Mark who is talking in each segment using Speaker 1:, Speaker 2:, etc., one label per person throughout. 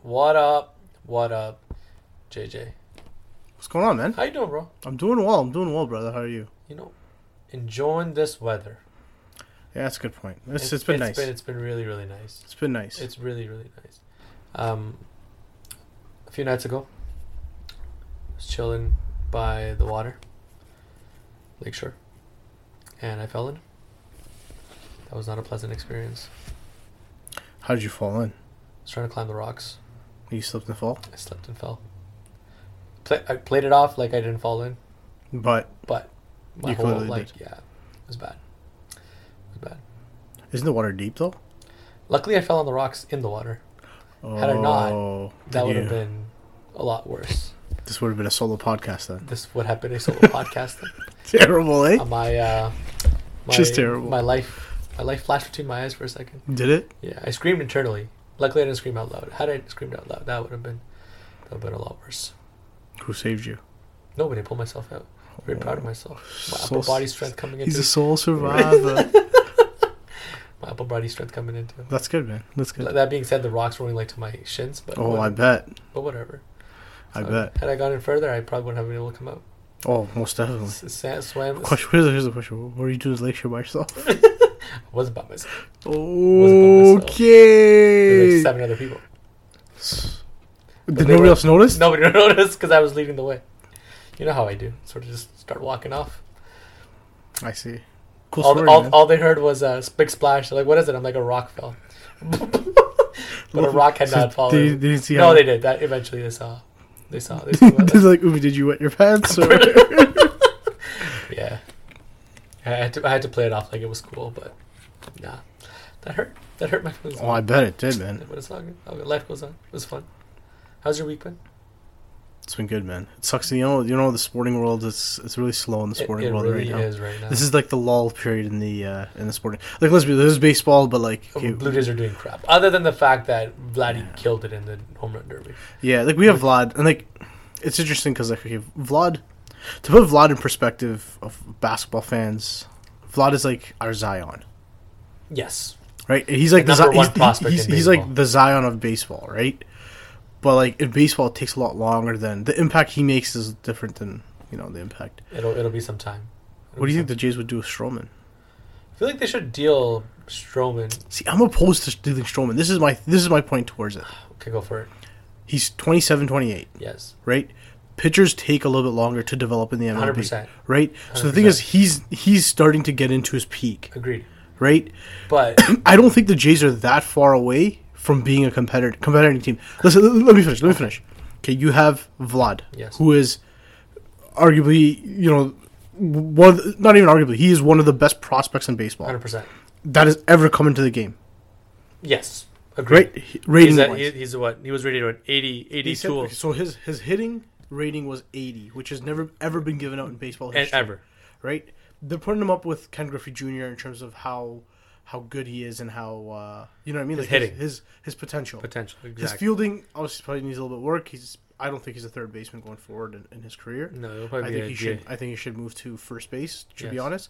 Speaker 1: What up? What up, JJ?
Speaker 2: What's going on, man?
Speaker 1: How you doing, bro?
Speaker 2: I'm doing well. I'm doing well, brother. How are you?
Speaker 1: You know, enjoying this weather.
Speaker 2: Yeah, that's a good point. It's, it's been nice.
Speaker 1: it's been really, really nice.
Speaker 2: it's been nice.
Speaker 1: It's really, really nice. Um, a few nights ago, I was chilling by the water, lakeshore, and I fell in. That was not a pleasant experience.
Speaker 2: How did you fall in?
Speaker 1: I was trying to climb the rocks.
Speaker 2: You slipped and fall,
Speaker 1: I slipped and fell. Pla I played it off like I didn't fall in,
Speaker 2: but
Speaker 1: but my
Speaker 2: You
Speaker 1: whole
Speaker 2: clearly
Speaker 1: like yeah, it was bad. It was bad.
Speaker 2: isn't the water deep though?
Speaker 1: Luckily, I fell on the rocks in the water.
Speaker 2: Oh,
Speaker 1: Had I not, That
Speaker 2: then
Speaker 1: would
Speaker 2: you-
Speaker 1: have been a lot worse.
Speaker 2: This would have been a solo podcast then.
Speaker 1: This would have been a solo podcast.
Speaker 2: Terrible, eh?
Speaker 1: Uh, my, uh, my
Speaker 2: Just terrible.
Speaker 1: My life, my life flashed between my eyes for a second.
Speaker 2: Did it?
Speaker 1: Yeah, I screamed internally. Luckily, I didn't scream out loud. Had I screamed out loud, that would have been that would have been a lot worse.
Speaker 2: Who saved you?
Speaker 1: Nobody pulled myself out. Very proud of myself. My
Speaker 2: Oh, So
Speaker 1: upper body
Speaker 2: s-
Speaker 1: strength coming
Speaker 2: He's
Speaker 1: into
Speaker 2: a sole survivor.
Speaker 1: my upper body strength coming into.
Speaker 2: that's good, man. That's good.
Speaker 1: That being said, the rocks were only like to my shins, but
Speaker 2: Oh, I
Speaker 1: whatever.
Speaker 2: bet.
Speaker 1: but whatever.
Speaker 2: I
Speaker 1: So,
Speaker 2: bet.
Speaker 1: Had I gone in further, I probably wouldn't have been able to come out.
Speaker 2: Oh, most definitely.
Speaker 1: S- sa- swam.
Speaker 2: Question, here's, the- here's the question. What do you do this lecture by yourself?
Speaker 1: Was by myself. myself. There's
Speaker 2: Okay.
Speaker 1: like seven other people.
Speaker 2: Did
Speaker 1: they
Speaker 2: nobody
Speaker 1: were-
Speaker 2: else notice?
Speaker 1: Nobody noticed because I was leading the way. You know how I do. Sort of just start walking off.
Speaker 2: I see. Cool
Speaker 1: all,
Speaker 2: story,
Speaker 1: all,
Speaker 2: man.
Speaker 1: all they heard was a big splash. They're like, what is it? I'm like, a rock fell. but a rock had
Speaker 2: So
Speaker 1: not
Speaker 2: They,
Speaker 1: fallen.
Speaker 2: they didn't see
Speaker 1: no,
Speaker 2: how
Speaker 1: they did. That eventually they saw. They saw. They saw
Speaker 2: They're like, ooh, did you wet your pants? Or...
Speaker 1: yeah. I had to I had to play it off like it was cool, but nah, that hurt. That hurt my feelings.
Speaker 2: oh, I bet it did, man.
Speaker 1: But it's all good. All good. Life goes on. It was fun. How's your week been?
Speaker 2: It's been good, man. It sucks. You know, you know, the sporting world. It's it's really slow in the
Speaker 1: It,
Speaker 2: sporting
Speaker 1: it
Speaker 2: world
Speaker 1: really
Speaker 2: right now.
Speaker 1: is right now.
Speaker 2: This is like the lull period in the uh, in the sporting. Like, let's be this is baseball, but like,
Speaker 1: Oh,
Speaker 2: okay,
Speaker 1: Blue Jays are doing crap. Other than the fact that Vladdy
Speaker 2: Yeah.
Speaker 1: killed it in the home run derby.
Speaker 2: yeah, like we have Vlad, and like, it's interesting because like, okay, Vlad. To put Vlad in perspective of basketball fans, Vlad is like our Zion,
Speaker 1: Yes.
Speaker 2: right? He's like
Speaker 1: The
Speaker 2: the,
Speaker 1: number
Speaker 2: Zi-
Speaker 1: one
Speaker 2: he's-
Speaker 1: prospect
Speaker 2: he's,
Speaker 1: in
Speaker 2: he's
Speaker 1: baseball.
Speaker 2: like the Zion of baseball, right? But like in baseball, it takes a lot longer than the impact he makes is different than you know the impact.
Speaker 1: It'll it'll be some time. It'll
Speaker 2: What do
Speaker 1: be
Speaker 2: you
Speaker 1: some-
Speaker 2: think the Jays would do with Strowman?
Speaker 1: I feel like they should deal Stroman.
Speaker 2: See, I'm opposed to dealing Strowman. This is my this is my point towards it.
Speaker 1: Okay, go for it.
Speaker 2: He's 27, 28,
Speaker 1: Yes.
Speaker 2: right? Pitchers take a little bit longer to develop in the MLB,
Speaker 1: 100%.
Speaker 2: right? So the thing is, he's he's starting to get into his peak,
Speaker 1: Agreed.
Speaker 2: right?
Speaker 1: But
Speaker 2: I don't think the Jays are that far away from being a competitor competitive team. Listen, l- let me finish. Let me finish. Okay, you have Vlad,
Speaker 1: Yes.
Speaker 2: who is arguably, you know, one of the, not even arguably, he is one of the best prospects in baseball
Speaker 1: 100%.
Speaker 2: that has ever come into the game.
Speaker 1: Yes. Agreed.
Speaker 2: Right, rating
Speaker 1: He's, at,
Speaker 2: wise.
Speaker 1: he- he's what? He was rated at 80, 80
Speaker 2: He said-
Speaker 1: tool.
Speaker 2: okay, so his his hitting rating was 80, which has never ever been given out in baseball
Speaker 1: and
Speaker 2: history,
Speaker 1: e-, ever.
Speaker 2: right? They're putting him up with Ken Griffey Jr. in terms of how how good he is and how uh, you know what I mean,
Speaker 1: His
Speaker 2: like
Speaker 1: hitting.
Speaker 2: his his, his potential.
Speaker 1: Potential. Exactly.
Speaker 2: His fielding obviously probably needs a little bit of work. He's I don't think he's a third baseman going forward in, in his career.
Speaker 1: no, it'll
Speaker 2: I
Speaker 1: probably
Speaker 2: think he
Speaker 1: be a
Speaker 2: should.
Speaker 1: DA.
Speaker 2: I think he should move to first base. To be
Speaker 1: Yes.
Speaker 2: honest,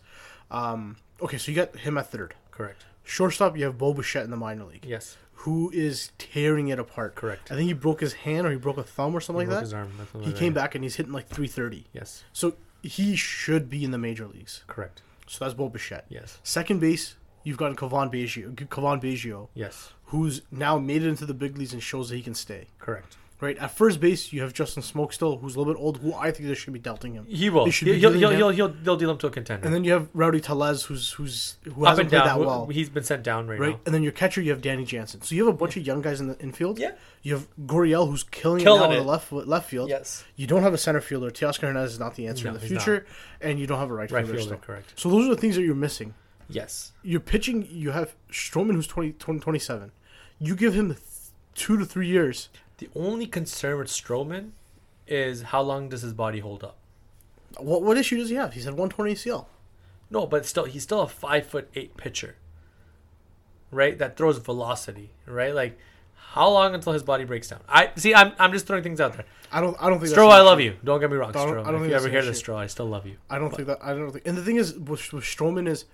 Speaker 2: um, okay. So you got him at third.
Speaker 1: Correct.
Speaker 2: Shortstop, you have Bo Bichette in the minor league,
Speaker 1: Yes.
Speaker 2: who is tearing it apart.
Speaker 1: Correct.
Speaker 2: I think he broke his hand or he broke a thumb or something
Speaker 1: broke
Speaker 2: like
Speaker 1: his
Speaker 2: that.
Speaker 1: arm. That's what
Speaker 2: He
Speaker 1: I
Speaker 2: came
Speaker 1: read.
Speaker 2: back and he's hitting like 330.
Speaker 1: Yes.
Speaker 2: So he should be in the major leagues.
Speaker 1: Correct.
Speaker 2: So that's Bo Bichette.
Speaker 1: Yes.
Speaker 2: Second base, you've got Kavan Biggio, Kavan Biggio,
Speaker 1: Yes.
Speaker 2: who's now made it into the big leagues and shows that he can stay.
Speaker 1: Correct.
Speaker 2: Right at first base, you have Justin Smoke still, who's a little bit old, who I think they should be dealing him.
Speaker 1: He will.
Speaker 2: They should
Speaker 1: He'll,
Speaker 2: be
Speaker 1: he'll,
Speaker 2: dealing
Speaker 1: he'll,
Speaker 2: him.
Speaker 1: he'll, he'll deal him to a contender.
Speaker 2: And then you have Rowdy Telez, who's who's who
Speaker 1: Up
Speaker 2: hasn't
Speaker 1: and
Speaker 2: played
Speaker 1: down.
Speaker 2: that well,
Speaker 1: He's been sent down right,
Speaker 2: right?
Speaker 1: now.
Speaker 2: And then your catcher, you have Danny Jansen. So you have a bunch of young guys in the infield.
Speaker 1: Yeah.
Speaker 2: You have Goriel, who's killing,
Speaker 1: Killing
Speaker 2: it now
Speaker 1: it.
Speaker 2: in the left left field.
Speaker 1: Yes.
Speaker 2: You don't have a center fielder. Teoscar Hernandez is not the answer
Speaker 1: No,
Speaker 2: in the
Speaker 1: he's not.
Speaker 2: future, and you don't have a right,
Speaker 1: Right
Speaker 2: fielder.
Speaker 1: fielder,
Speaker 2: still.
Speaker 1: correct.
Speaker 2: So those are the things that you're missing.
Speaker 1: Yes.
Speaker 2: You're pitching. You have Stroman, who's 20, 20 27. You give him th- two to three years.
Speaker 1: The only concern with Strowman is how long does his body hold up?
Speaker 2: What what issue does he have? He's had 120 ACL.
Speaker 1: No, but still, he's still a five foot eight pitcher, right? That throws velocity, right? Like, how long until his body breaks down? I see. I'm, I'm just throwing things out there.
Speaker 2: I don't. I don't think.
Speaker 1: Stro,
Speaker 2: that's an
Speaker 1: I
Speaker 2: issue.
Speaker 1: love you. Don't get me wrong,
Speaker 2: don't-
Speaker 1: Stro.
Speaker 2: I don't
Speaker 1: If
Speaker 2: think
Speaker 1: you
Speaker 2: that's
Speaker 1: ever
Speaker 2: an
Speaker 1: hear this,
Speaker 2: issue.
Speaker 1: Stro, I still love you.
Speaker 2: I don't think that. I don't think. And the thing is, with, with Strowman is,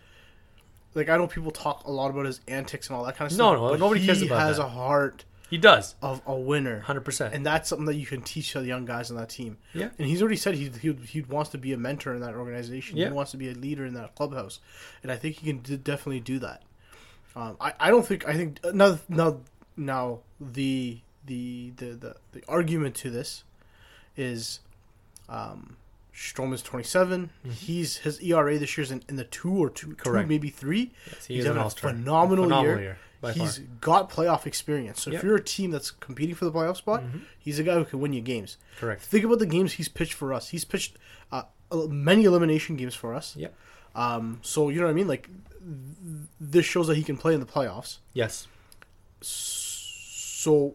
Speaker 2: like, I know people talk a lot about his antics and all that kind of
Speaker 1: No,
Speaker 2: stuff.
Speaker 1: no, nobody
Speaker 2: he
Speaker 1: cares about
Speaker 2: has
Speaker 1: that.
Speaker 2: a heart
Speaker 1: He does.
Speaker 2: of a winner,
Speaker 1: 100%.
Speaker 2: and that's something that you can teach to the young guys on that team.
Speaker 1: yeah.
Speaker 2: And he's already said he he, he wants to be a mentor in that organization.
Speaker 1: Yeah.
Speaker 2: He wants to be a leader in that clubhouse, and I think he can d- definitely do that. Um, I, I don't think I think uh, now now now the the the the, the argument to this is um, Strom is twenty He's his ERA this year's in, in the two or two, two
Speaker 1: Mm-hmm. Correct.
Speaker 2: maybe three.
Speaker 1: Yes, he
Speaker 2: he's
Speaker 1: is an
Speaker 2: having a
Speaker 1: all-star.
Speaker 2: phenomenal,
Speaker 1: Phenomenal
Speaker 2: year.
Speaker 1: year, by
Speaker 2: He's
Speaker 1: far.
Speaker 2: got playoff experience. So
Speaker 1: Yep. Mm-hmm.
Speaker 2: if you're a team that's competing for the playoff spot, he's a guy who can win you games.
Speaker 1: Correct.
Speaker 2: Think about the games he's pitched for us. He's pitched uh, el- many elimination games for us.
Speaker 1: Yep.
Speaker 2: Um, so you know what I mean? Like th- this shows that he can play in the playoffs.
Speaker 1: Yes.
Speaker 2: So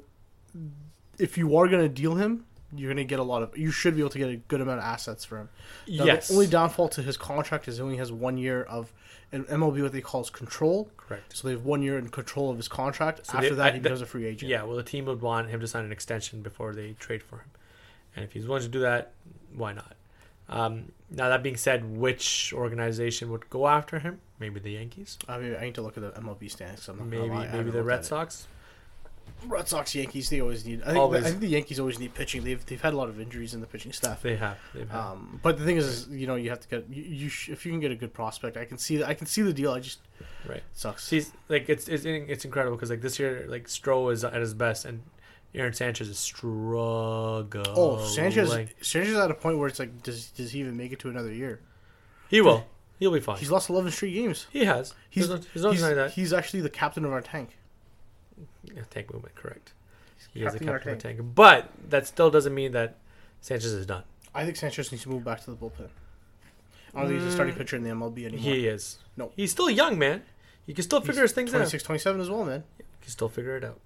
Speaker 2: if you are going to deal him, you're going to get a lot of. You should be able to get a good amount of assets for him. Now,
Speaker 1: yes.
Speaker 2: The only downfall to his contract is he only has one year of an MLB what they call is control.
Speaker 1: Correct.
Speaker 2: So they have one year in control of his contract.
Speaker 1: So
Speaker 2: After
Speaker 1: they-
Speaker 2: that,
Speaker 1: I-
Speaker 2: he
Speaker 1: the-
Speaker 2: becomes a free agent.
Speaker 1: Yeah, well, the team would want him to sign an extension before they trade for him. And if he's willing to do that, why not? Um, now, that being said, which organization would go after him? Maybe the Yankees?
Speaker 2: I mean, I need to look at the MLB standings. I'm not gonna
Speaker 1: Maybe
Speaker 2: lie, I
Speaker 1: maybe
Speaker 2: haven't
Speaker 1: the
Speaker 2: looked at
Speaker 1: Red
Speaker 2: it.
Speaker 1: Sox?
Speaker 2: Red Sox, Yankees, they always need. I think,
Speaker 1: Always.
Speaker 2: I think the Yankees always need pitching. They've they've had a lot of injuries in the pitching staff.
Speaker 1: They have. They've had.
Speaker 2: Um, but the thing is, is, you know, you have to get you, you sh- if you can get a good prospect. I can see that. I can see the deal. I just
Speaker 1: Right.
Speaker 2: sucks.
Speaker 1: See, like it's it's it's incredible because like this year, like Stroh is at his best, and Aaron Sanchez is struggling.
Speaker 2: oh, Sanchez Sanchez is at a point where it's like, does does he even make it to another year?
Speaker 1: he will. He'll be fine.
Speaker 2: He's lost eleven straight games.
Speaker 1: he has.
Speaker 2: He's
Speaker 1: He's not. He's not
Speaker 2: he's,
Speaker 1: that.
Speaker 2: he's actually the captain of our tank.
Speaker 1: Yeah, tank movement, correct. He is a
Speaker 2: captain of our
Speaker 1: captain of the tank, but that still doesn't mean that Sanchez is done.
Speaker 2: I think Sanchez needs to move back to the bullpen. I don't think he's a starting pitcher in the MLB
Speaker 1: Mm.
Speaker 2: anymore.
Speaker 1: He is.
Speaker 2: No.
Speaker 1: he's still young, man. You can still figure his things out.
Speaker 2: 26, 27 as well, man.
Speaker 1: You can still figure it out.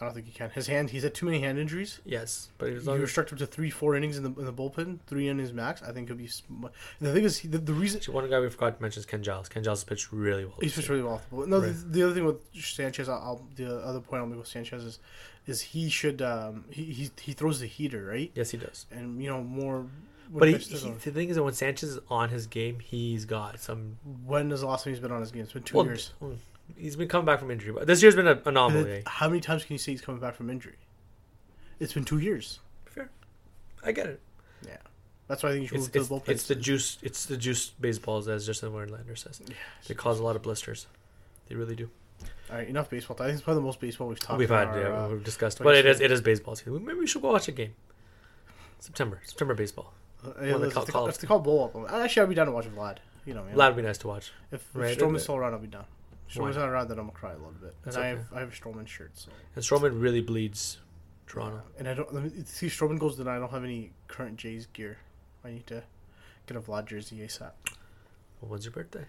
Speaker 2: I don't think he can. His hand, he's had too many hand injuries.
Speaker 1: Yes, but as
Speaker 2: you
Speaker 1: long as
Speaker 2: restrict him to three, four innings in the, in the bullpen, three innings max. I think he'll be. sm- The thing is, he- the, the reason
Speaker 1: actually, one guy we forgot to mention is Ken Giles. Ken Giles has pitched really well.
Speaker 2: he's
Speaker 1: this
Speaker 2: pitched
Speaker 1: year.
Speaker 2: really well. off the bullpen. No, the,
Speaker 1: Right.
Speaker 2: the other thing with Sanchez, I'll, I'll, the other point I'll make with Sanchez is, is he should um, he, he he throws the heater right,
Speaker 1: Yes, he does.
Speaker 2: and you know more. when
Speaker 1: But he,
Speaker 2: pitched is
Speaker 1: he-
Speaker 2: on-
Speaker 1: the thing is that when Sanchez is on his game, he's got some.
Speaker 2: when is the last time he's been on his game? It's been two
Speaker 1: well,
Speaker 2: years.
Speaker 1: mm, He's been coming back from injury, but this year's been an
Speaker 2: And then
Speaker 1: anomaly.
Speaker 2: How many times can you say he's coming back from injury? It's been two years.
Speaker 1: Fair, I get it.
Speaker 2: That's why I think you should
Speaker 1: It's,
Speaker 2: move to
Speaker 1: it's,
Speaker 2: the bullpen.
Speaker 1: it's the juice. It's the juice baseballs, as Justin Verlander says. They cause a lot of blisters. They really do.
Speaker 2: All right, enough baseball. I think it's probably the most baseball we've talked.
Speaker 1: We've
Speaker 2: in
Speaker 1: had,
Speaker 2: our,
Speaker 1: yeah,
Speaker 2: uh,
Speaker 1: we've discussed,
Speaker 2: like
Speaker 1: but
Speaker 2: I
Speaker 1: it is
Speaker 2: said-
Speaker 1: it is baseball season. Maybe we should go watch a game. September, September baseball.
Speaker 2: Uh,
Speaker 1: they
Speaker 2: let's-
Speaker 1: call-
Speaker 2: if they-
Speaker 1: call-
Speaker 2: if they call Bull up, actually, I'd be down to watch Vlad. You know, man.
Speaker 1: Loud would be nice to watch.
Speaker 2: If, if
Speaker 1: Right,
Speaker 2: Strowman's
Speaker 1: but-
Speaker 2: still around, I'll be down. If
Speaker 1: Why
Speaker 2: Strowman's not around, then I'm gonna cry a little bit.
Speaker 1: That's
Speaker 2: and I
Speaker 1: okay.
Speaker 2: have I have a Strowman shirt, so
Speaker 1: And Strowman really bleeds Toronto.
Speaker 2: and I don't let me, see Strowman goes. Then I don't have any current Jays gear. I need to get a Vlad jersey asap.
Speaker 1: Well, when's your birthday?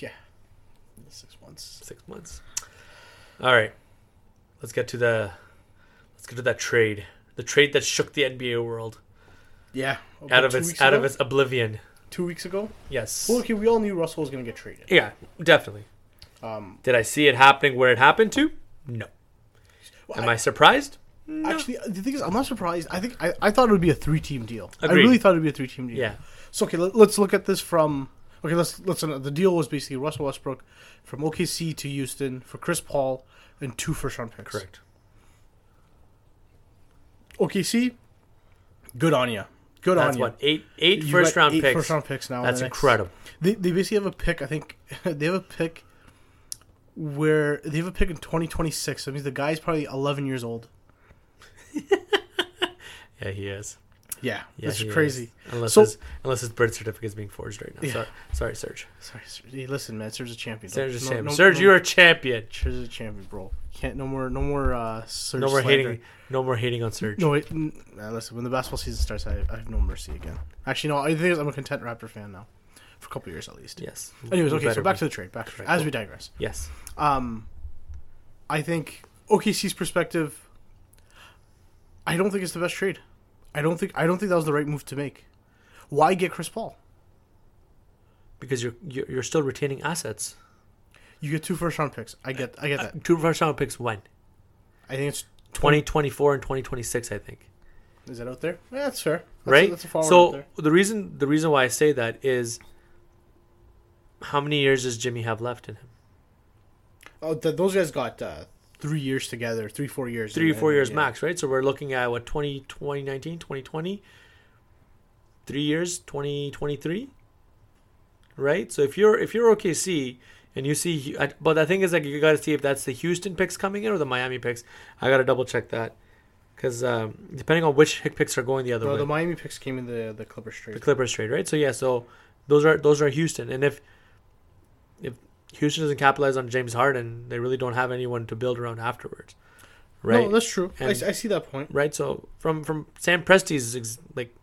Speaker 2: Yeah, six months.
Speaker 1: Six months. All right, let's get to the let's get to that trade. The trade that shook the NBA world
Speaker 2: Yeah,
Speaker 1: out
Speaker 2: about
Speaker 1: of
Speaker 2: Oh, two
Speaker 1: its
Speaker 2: weeks
Speaker 1: out
Speaker 2: ago?
Speaker 1: of its oblivion.
Speaker 2: two weeks ago.
Speaker 1: Yes.
Speaker 2: Well, okay, we all knew Russell was gonna get traded.
Speaker 1: Yeah, definitely.
Speaker 2: Um,
Speaker 1: Did I see it happening where it happened to? No.
Speaker 2: well,
Speaker 1: Am
Speaker 2: I-
Speaker 1: I surprised? No.
Speaker 2: actually the thing is, I'm not surprised. I think I, I thought it would be a three team deal.
Speaker 1: Agreed.
Speaker 2: I really thought it would be a three team deal.
Speaker 1: Yeah.
Speaker 2: So okay, let, let's look at this from okay. Let's let's uh, the deal was basically Russell Westbrook from OKC to Houston for Chris Paul and two first round picks.
Speaker 1: Correct.
Speaker 2: OKC, good on you. Good
Speaker 1: That's
Speaker 2: on
Speaker 1: what eight eight
Speaker 2: you.
Speaker 1: first round picks.
Speaker 2: First round picks now. in
Speaker 1: That's
Speaker 2: the next-
Speaker 1: incredible.
Speaker 2: They, they basically have a pick. I think they have a pick where they have a pick in 2026. That means the guy's probably 11 years old.
Speaker 1: Yeah, he is.
Speaker 2: Yeah,
Speaker 1: Yeah,
Speaker 2: that's
Speaker 1: he
Speaker 2: crazy.
Speaker 1: is. Unless
Speaker 2: So-
Speaker 1: his unless his birth certificate is being forged right now.
Speaker 2: Yeah.
Speaker 1: Sorry, sorry, Serge.
Speaker 2: Sorry, Serge. Hey, listen, man. Serge's a champion.
Speaker 1: Serge, is
Speaker 2: No-
Speaker 1: champion.
Speaker 2: no-
Speaker 1: Serge,
Speaker 2: no-
Speaker 1: you're a champion.
Speaker 2: Serge's a champion, bro. Can't no more, no more. uh Serge
Speaker 1: No more
Speaker 2: slander.
Speaker 1: hating. No more hating on Serge.
Speaker 2: No, wait. n- nah, listen, when the basketball season starts, I, I have no mercy again. Actually, no. I think I'm a content Raptor fan now, for a couple years at least.
Speaker 1: Yes.
Speaker 2: Anyways,
Speaker 1: You
Speaker 2: okay.
Speaker 1: better
Speaker 2: So back
Speaker 1: be.
Speaker 2: to the trade. Back to the trade.
Speaker 1: Correct.
Speaker 2: As we digress,
Speaker 1: yes.
Speaker 2: um, I think OKC's perspective. I don't think it's the best trade. I don't think I don't think that was the right move to make. Why get Chris Paul?
Speaker 1: Because you're you're you're still retaining assets.
Speaker 2: You get two first round picks. I get I get that.
Speaker 1: Two first round picks when
Speaker 2: I think it's
Speaker 1: 2024 and 2026, I think.
Speaker 2: is that out there? Yeah, that's fair. That's
Speaker 1: right?
Speaker 2: A, that's a forward out
Speaker 1: so
Speaker 2: there.
Speaker 1: the reason the reason why I say that is how many years does Jimmy have left in him?
Speaker 2: Oh, th- those guys got uh, three years together, three four years,
Speaker 1: three or
Speaker 2: and-
Speaker 1: four
Speaker 2: and-
Speaker 1: years
Speaker 2: yeah.
Speaker 1: max, right? So we're looking at what 20, 2019, 2020, three years, twenty twenty three, right? So if you're if you're OKC and you see, Hu- I- but the thing is like you got to see if that's the Houston picks coming in or the Miami picks. I got to double check that because um, depending on which hick picks are going the other
Speaker 2: Bro,
Speaker 1: way,
Speaker 2: the Miami picks came in the the Clipper straight.
Speaker 1: the Clippers trade, right? So yeah, so those are those are Houston, and if if Houston doesn't capitalize on James Harden, they really don't have anyone to build around afterwards, right?
Speaker 2: No, that's true. I,
Speaker 1: And-
Speaker 2: s- I see that point.
Speaker 1: right? So from from Sam Presti's ex- like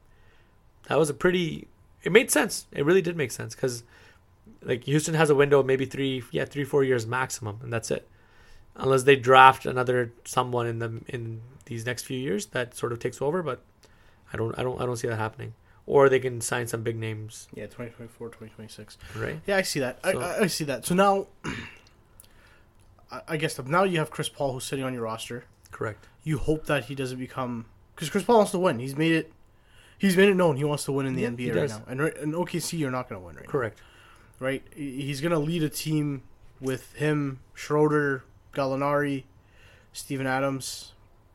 Speaker 1: that was a pretty. It made sense. It really did make sense because like Houston has a window of maybe three, yeah, three four years maximum, and that's it. Unless they draft another someone in the in these next few years that sort of takes over, but I don't I don't I don't see that happening. Or they can sign some big names,
Speaker 2: Yeah, 2024, 2026.
Speaker 1: right?
Speaker 2: Yeah, I see that. I,
Speaker 1: So-
Speaker 2: I, I see that. So now, I, I guess now you have Chris Paul who's sitting on your roster.
Speaker 1: Correct.
Speaker 2: You hope that he doesn't become because Chris Paul wants to win. He's made it. He's made it known he wants to win in the
Speaker 1: Yeah, he
Speaker 2: NBA right
Speaker 1: does.
Speaker 2: now. And right, and OKC, you're not going to win right. now,
Speaker 1: Correct.
Speaker 2: Right? He- He's going to lead a team with him, Schroeder, Gallinari, Steven Adams,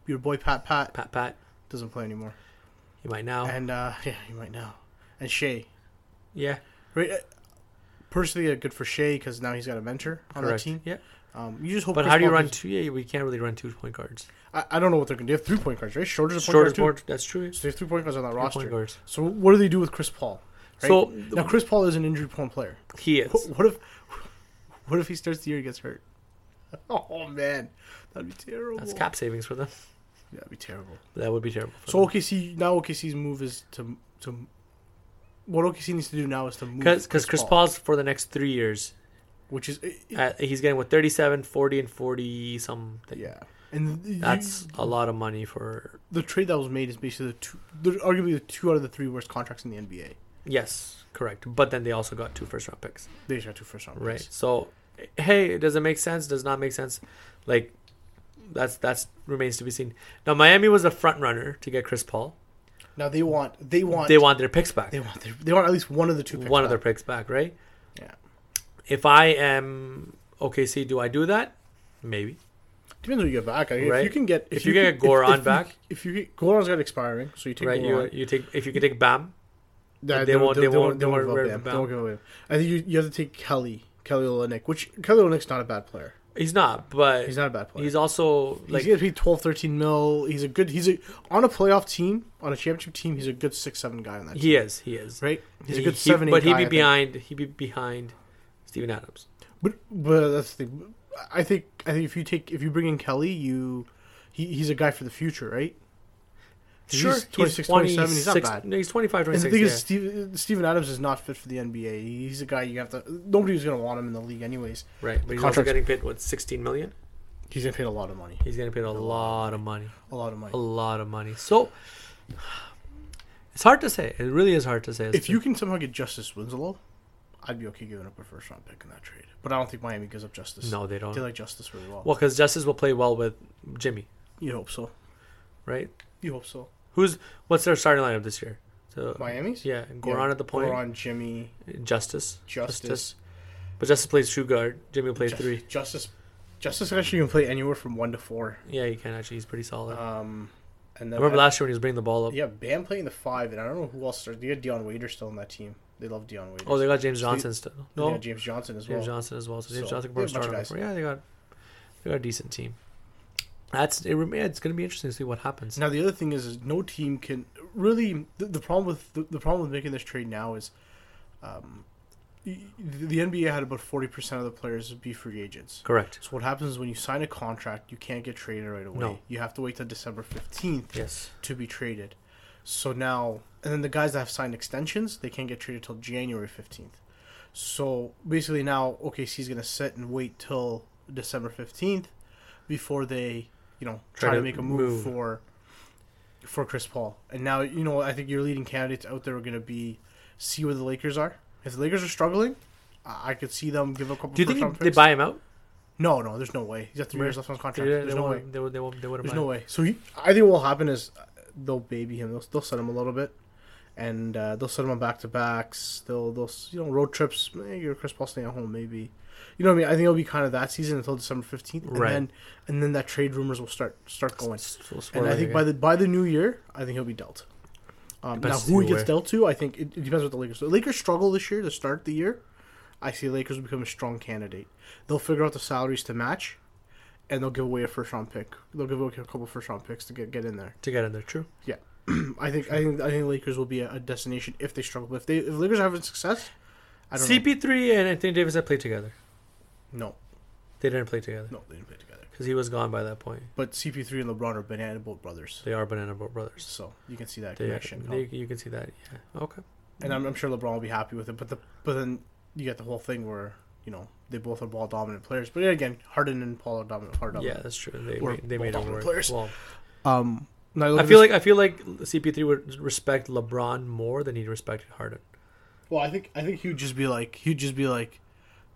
Speaker 2: your boy Pat Pat
Speaker 1: Pat Pat,
Speaker 2: doesn't play anymore,
Speaker 1: you might now.
Speaker 2: and uh, yeah, you might know, and Shea.
Speaker 1: yeah.
Speaker 2: Right. uh, Personally, uh, good for Shea because now he's got a mentor on
Speaker 1: Correct.
Speaker 2: the team.
Speaker 1: Yeah.
Speaker 2: Um, you just hope.
Speaker 1: But
Speaker 2: Chris
Speaker 1: how do you
Speaker 2: Paul
Speaker 1: run
Speaker 2: keeps-
Speaker 1: two? Yeah, we can't really run two point guards.
Speaker 2: I, I don't know what they're going to do. They have three point guards, right? Shorter's a point
Speaker 1: Shorter
Speaker 2: guard too.
Speaker 1: board. That's true.
Speaker 2: So they have three point guards on that
Speaker 1: Three
Speaker 2: roster.
Speaker 1: point guards.
Speaker 2: So what do they do with Chris Paul? Right?
Speaker 1: So
Speaker 2: now Chris Paul is an injured prone player.
Speaker 1: he is.
Speaker 2: What, what if what if he starts the year and gets hurt? Oh man, that'd be terrible.
Speaker 1: That's cap savings for them.
Speaker 2: Yeah, that'd be terrible.
Speaker 1: That would be terrible. For
Speaker 2: So OKC now OKC's move is to to what OKC needs to do now is to move
Speaker 1: because Chris, Paul's for the next three years,
Speaker 2: which is
Speaker 1: uh, he's getting what 37, 40, and forty something.
Speaker 2: yeah, and you-
Speaker 1: That's a lot of money for
Speaker 2: the trade that was made is basically the two, they're arguably the two out of the three worst contracts in the NBA.
Speaker 1: yes, correct. But then they also got two first round picks,
Speaker 2: They just got two first round picks.
Speaker 1: right? So, hey, does it make sense? Does not make sense? Like, that's that's remains to be seen. Now Miami was a front runner to get Chris Paul.
Speaker 2: Now they want they want
Speaker 1: They want their picks back.
Speaker 2: they want their, they want at least one of the two. Picks
Speaker 1: one of their
Speaker 2: back.
Speaker 1: picks back, right?
Speaker 2: Yeah.
Speaker 1: If I am OKC, do I do that? Maybe.
Speaker 2: depends what you get back. I mean,
Speaker 1: Right.
Speaker 2: If you can get
Speaker 1: If you get
Speaker 2: can-
Speaker 1: Goran
Speaker 2: you-
Speaker 1: back-
Speaker 2: if you get, Goran's got expiring, so you take
Speaker 1: right? You,
Speaker 2: Goran.
Speaker 1: you take if you can take Bam,
Speaker 2: Nah,
Speaker 1: they
Speaker 2: don't-
Speaker 1: won't- they
Speaker 2: don't-
Speaker 1: won't- they
Speaker 2: don't
Speaker 1: won't
Speaker 2: give up
Speaker 1: rip
Speaker 2: Bam.
Speaker 1: Bam.
Speaker 2: Don't give up Bam. I think you, you have to take Kelly Kelly Olynyk, which Kelly Olynyk's not a bad player.
Speaker 1: he's not. But
Speaker 2: He's not a bad player.
Speaker 1: He's also
Speaker 2: He's
Speaker 1: like
Speaker 2: gonna be 12, 13 mil. He's a good. He's a on a playoff team, on a championship team. He's a good six, seven guy on that. team,
Speaker 1: he is. He is.
Speaker 2: right. He's a
Speaker 1: He-
Speaker 2: good
Speaker 1: he-
Speaker 2: seven, eight
Speaker 1: but he'd
Speaker 2: guy, I
Speaker 1: be
Speaker 2: think.
Speaker 1: behind. He'd be behind Steven Adams.
Speaker 2: But but that's the thing. I think I think if you take if you bring in Kelly, you he, he's a guy for the future, right? 'Cause he's 26, 27, he's not
Speaker 1: 26
Speaker 2: bad.
Speaker 1: no, he's 25,
Speaker 2: And
Speaker 1: 26.
Speaker 2: the thing
Speaker 1: yeah.
Speaker 2: is, Steve, Steven Adams is not fit for the NBA. He's a guy you have to. Nobody was going to want him in the league, anyways.
Speaker 1: right, but he's also
Speaker 2: contract's-
Speaker 1: getting paid what 16 million.
Speaker 2: He's getting paid a lot of money.
Speaker 1: He's getting paid a lot of money,
Speaker 2: A lot of
Speaker 1: a
Speaker 2: money.
Speaker 1: lot of money. So it's hard to say. It really is hard to say. as
Speaker 2: If
Speaker 1: to-
Speaker 2: you can somehow get Justice Winslow, I'd be okay giving up a first round pick in that trade. But I don't think Miami gives up Justice.
Speaker 1: no, they don't.
Speaker 2: They like Justice really well.
Speaker 1: well, because Justice will play well with Jimmy,
Speaker 2: You hope so.
Speaker 1: right?
Speaker 2: You hope so.
Speaker 1: Who's what's their starting lineup this year? So
Speaker 2: Miami's?
Speaker 1: Uh, yeah, Goran at the point,
Speaker 2: Goran, Jimmy,
Speaker 1: Justice,
Speaker 2: Justice.
Speaker 1: But Justice plays two guard. Jimmy will play
Speaker 2: Ju-
Speaker 1: three.
Speaker 2: Justice. Justice actually can play anywhere from one to four.
Speaker 1: Yeah, he can actually. He's pretty solid.
Speaker 2: Um, and
Speaker 1: Uh, I
Speaker 2: then
Speaker 1: remember last year when he was bringing the ball up.
Speaker 2: Yeah, Bam playing the five, and I don't know who else. started. They had Deion Waiter still on that team. They love Deion Waiter.
Speaker 1: Oh, they got James
Speaker 2: So they-
Speaker 1: Johnson still.
Speaker 2: And
Speaker 1: No,
Speaker 2: they had James Johnson as well.
Speaker 1: James Johnson as well. So James
Speaker 2: So,
Speaker 1: Johnson could probably
Speaker 2: they have a bunch
Speaker 1: start.
Speaker 2: of
Speaker 1: on the floor. Yeah, they got they got a decent team. That's it. rem- yeah, It's going to be interesting to see what happens.
Speaker 2: Now the other thing is, is no team can really. The, the problem with the, the problem with making this trade now is, um, y- the NBA had about forty percent of the players be free agents.
Speaker 1: Correct.
Speaker 2: So what happens is when you sign a contract, you can't get traded right away.
Speaker 1: No.
Speaker 2: You have to wait till December fifteenth
Speaker 1: Yes.
Speaker 2: to be traded. So now, and then the guys that have signed extensions, they can't get traded till January 15th. So basically, now OKC is going to sit and wait till December 15th before they, you know, try,
Speaker 1: Try
Speaker 2: to
Speaker 1: to
Speaker 2: make a move,
Speaker 1: move.
Speaker 2: for for Chris Paul. And now, you know, I think your leading candidates out there are going to be see where the Lakers are. If the Lakers are struggling, I I could see them give a couple.
Speaker 1: Do you think
Speaker 2: first-round
Speaker 1: they
Speaker 2: picks.
Speaker 1: buy him out?
Speaker 2: No, no, there's no way. He's got three
Speaker 1: Right.
Speaker 2: years left on his
Speaker 1: They,
Speaker 2: contract.
Speaker 1: they,
Speaker 2: There's no way.
Speaker 1: won't- they, would- they, won't- they wouldn't
Speaker 2: There's
Speaker 1: buy
Speaker 2: no
Speaker 1: him.
Speaker 2: way. So he, I think what will happen is uh, they'll baby him. They'll, they'll set him a little bit, and uh, they'll set him on back to backs. They'll they'll s- you know road trips. Maybe your Chris Paul staying at home. Maybe you know what I mean? I think it'll be kind of that season until December fifteenth, and
Speaker 1: Right.
Speaker 2: then and then that trade rumors will start start going.
Speaker 1: Still
Speaker 2: And I
Speaker 1: swirling
Speaker 2: think by
Speaker 1: again.
Speaker 2: the by the new year, I think he'll be dealt. Um, now,
Speaker 1: Depends
Speaker 2: who he
Speaker 1: who
Speaker 2: gets
Speaker 1: where.
Speaker 2: dealt to, I think it, it depends what the Lakers. The Lakers struggle this year to start the year. I see Lakers will become a strong candidate. They'll figure out the salaries to match, and they'll give away a first round pick. They'll give away a couple first round picks to get get in there.
Speaker 1: to get in there, true.
Speaker 2: I think I think I think Lakers will be a, a destination if they struggle. If they if Lakers are having success, I don't
Speaker 1: CP3 and Anthony Davis had played together.
Speaker 2: know.
Speaker 1: They didn't play together
Speaker 2: No, no, they didn't play together.
Speaker 1: because he was gone by that point.
Speaker 2: But CP3 and LeBron are banana boat brothers,
Speaker 1: They are banana boat brothers.
Speaker 2: so you can see that
Speaker 1: They,
Speaker 2: connection. Oh.
Speaker 1: they- you can see that. Yeah. Okay.
Speaker 2: and I'm, I'm sure LeBron will be happy with it. But the but then you get the whole thing where you know they both are ball dominant players. But yeah, again, Harden and Paul are dominant, hard
Speaker 1: Yeah,
Speaker 2: dominant.
Speaker 1: that's true. They
Speaker 2: We're
Speaker 1: made, they
Speaker 2: ball
Speaker 1: made it
Speaker 2: dominant
Speaker 1: work.
Speaker 2: players.
Speaker 1: Well,
Speaker 2: Um, now look
Speaker 1: I
Speaker 2: at
Speaker 1: feel
Speaker 2: this-
Speaker 1: like I feel like CP3 would respect LeBron more than he respected Harden.
Speaker 2: well, I think I think he'd just be like he'd just be like,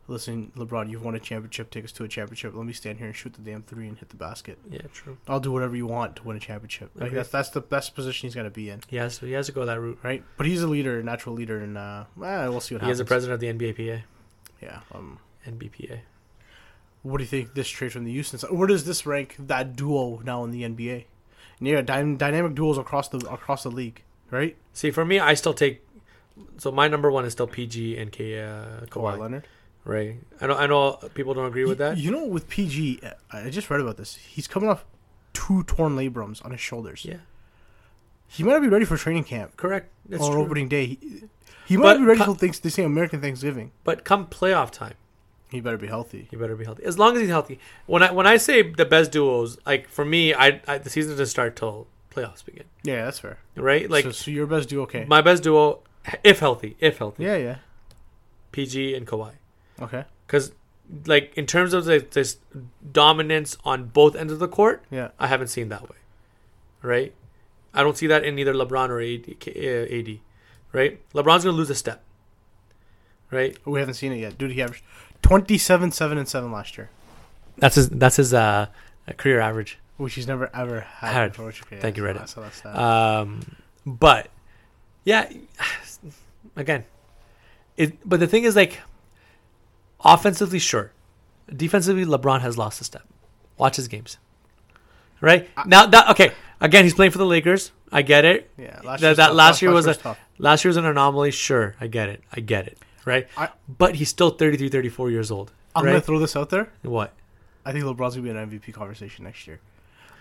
Speaker 2: listen, LeBron, you've won a championship, take us to a championship. Let me stand here and shoot the damn three and hit the basket.
Speaker 1: Yeah, true.
Speaker 2: I'll do whatever you want to win a championship. Like
Speaker 1: Okay.
Speaker 2: that's that's the best position he's gonna be in,
Speaker 1: He has to, he has to go that route.
Speaker 2: right? But he's a leader, a natural leader, and uh, well, we'll see what
Speaker 1: He
Speaker 2: happens.
Speaker 1: is the president of the NBAPA.
Speaker 2: yeah. Um,
Speaker 1: NBPA.
Speaker 2: what do you think this trade from the Houston? side- Where does this rank that duo now in the NBA? And yeah, dy- dynamic duels across the across the league, right?
Speaker 1: See, for me, I still take. So my number one is still PG and K, uh, Kawhi.
Speaker 2: Kawhi Leonard.
Speaker 1: Right. I know. I know people don't agree with that.
Speaker 2: You, you know, with PG, uh, I just read about this. He's coming off two torn labrums on his shoulders.
Speaker 1: Yeah.
Speaker 2: He might not be ready for training camp
Speaker 1: Correct. That's
Speaker 2: or
Speaker 1: true.
Speaker 2: opening day. He, he might
Speaker 1: But
Speaker 2: not be ready
Speaker 1: co-
Speaker 2: till things they say American Thanksgiving.
Speaker 1: But come playoff time,
Speaker 2: He better be healthy.
Speaker 1: he better be healthy. As long as he's healthy. When I when I say the best duos, like for me, I, I the season doesn't start till playoffs begin.
Speaker 2: Yeah, that's fair.
Speaker 1: Right. Like
Speaker 2: so, so your best do okay.
Speaker 1: my best duo, if healthy, if healthy,
Speaker 2: yeah, yeah.
Speaker 1: PG and Kawhi.
Speaker 2: Okay.
Speaker 1: Because like in terms of the, this dominance on both ends of the court,
Speaker 2: Yeah.
Speaker 1: I haven't seen that way, right? I don't see that in either LeBron or AD, K- uh, AD right? LeBron's gonna lose a step, right?
Speaker 2: We haven't seen it yet. Dude, he averaged 27, 7, and 7 last year,
Speaker 1: That's his that's his uh, career average.
Speaker 2: which he's never, ever had.
Speaker 1: Had.
Speaker 2: before, which- okay,
Speaker 1: Thank you,
Speaker 2: I saw-
Speaker 1: Reddit.
Speaker 2: I saw that stat.
Speaker 1: Um, but yeah, again, it. But the thing is, like, offensively, sure, defensively, LeBron has lost a step. Watch his games, right? now that okay, again, he's playing for the Lakers. I get it.
Speaker 2: yeah,
Speaker 1: that-
Speaker 2: year's
Speaker 1: that
Speaker 2: tough.
Speaker 1: last year was a-
Speaker 2: tough.
Speaker 1: Last year was an anomaly. Sure, I get it. I get it. Right?
Speaker 2: I-
Speaker 1: but he's still 33, 34 years old.
Speaker 2: I'm
Speaker 1: right?
Speaker 2: gonna throw this out there.
Speaker 1: what?
Speaker 2: I think LeBron's gonna be an MVP conversation next year.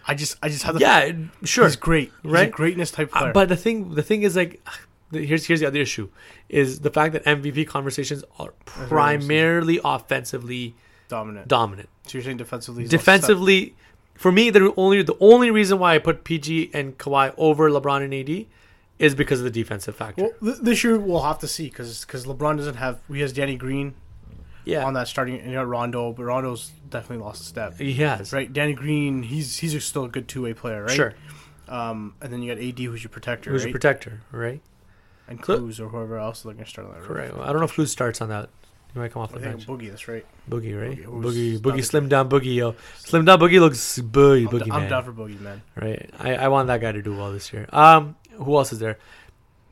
Speaker 2: I just, I just had the
Speaker 1: Yeah, sure.
Speaker 2: He's great. He's a
Speaker 1: Right?
Speaker 2: greatness type player.
Speaker 1: Uh, but the thing, the thing is like, the- here's here's the other issue, is the fact that MVP conversations are
Speaker 2: I've
Speaker 1: primarily offensively
Speaker 2: dominant.
Speaker 1: dominant.
Speaker 2: so you're saying defensively? he's lost step.
Speaker 1: Defensively, for me, the only the only reason why I put PG and Kawhi over LeBron and AD is because of the defensive factor.
Speaker 2: Well, th- this year we'll have to see because LeBron doesn't have. He has Danny Green
Speaker 1: yeah,
Speaker 2: on that starting, and you know, Rondo, but Rondo's definitely lost a step.
Speaker 1: he has.
Speaker 2: Right, Danny Green, he's he's still a good two way player, right?
Speaker 1: Sure,
Speaker 2: Um, and then you got AD, who's your protector,
Speaker 1: who's
Speaker 2: right?
Speaker 1: your protector? Right,
Speaker 2: and
Speaker 1: So-
Speaker 2: Cruz or whoever else they're gonna start on that. roster.
Speaker 1: correct. I don't know if who starts on that. He might come off
Speaker 2: I
Speaker 1: the
Speaker 2: think
Speaker 1: bench.
Speaker 2: Boogie. That's right.
Speaker 1: Boogie, right?
Speaker 2: Boogie, oh, who's
Speaker 1: Boogie, Boogie,
Speaker 2: not the-
Speaker 1: Slim Down Boogie, yo. Slim Down Boogie looks boogie,
Speaker 2: I'm,
Speaker 1: boogie
Speaker 2: d- I'm
Speaker 1: man.
Speaker 2: down for Boogie, man.
Speaker 1: Right. I, I want that guy to do well this year. Um, who else is there?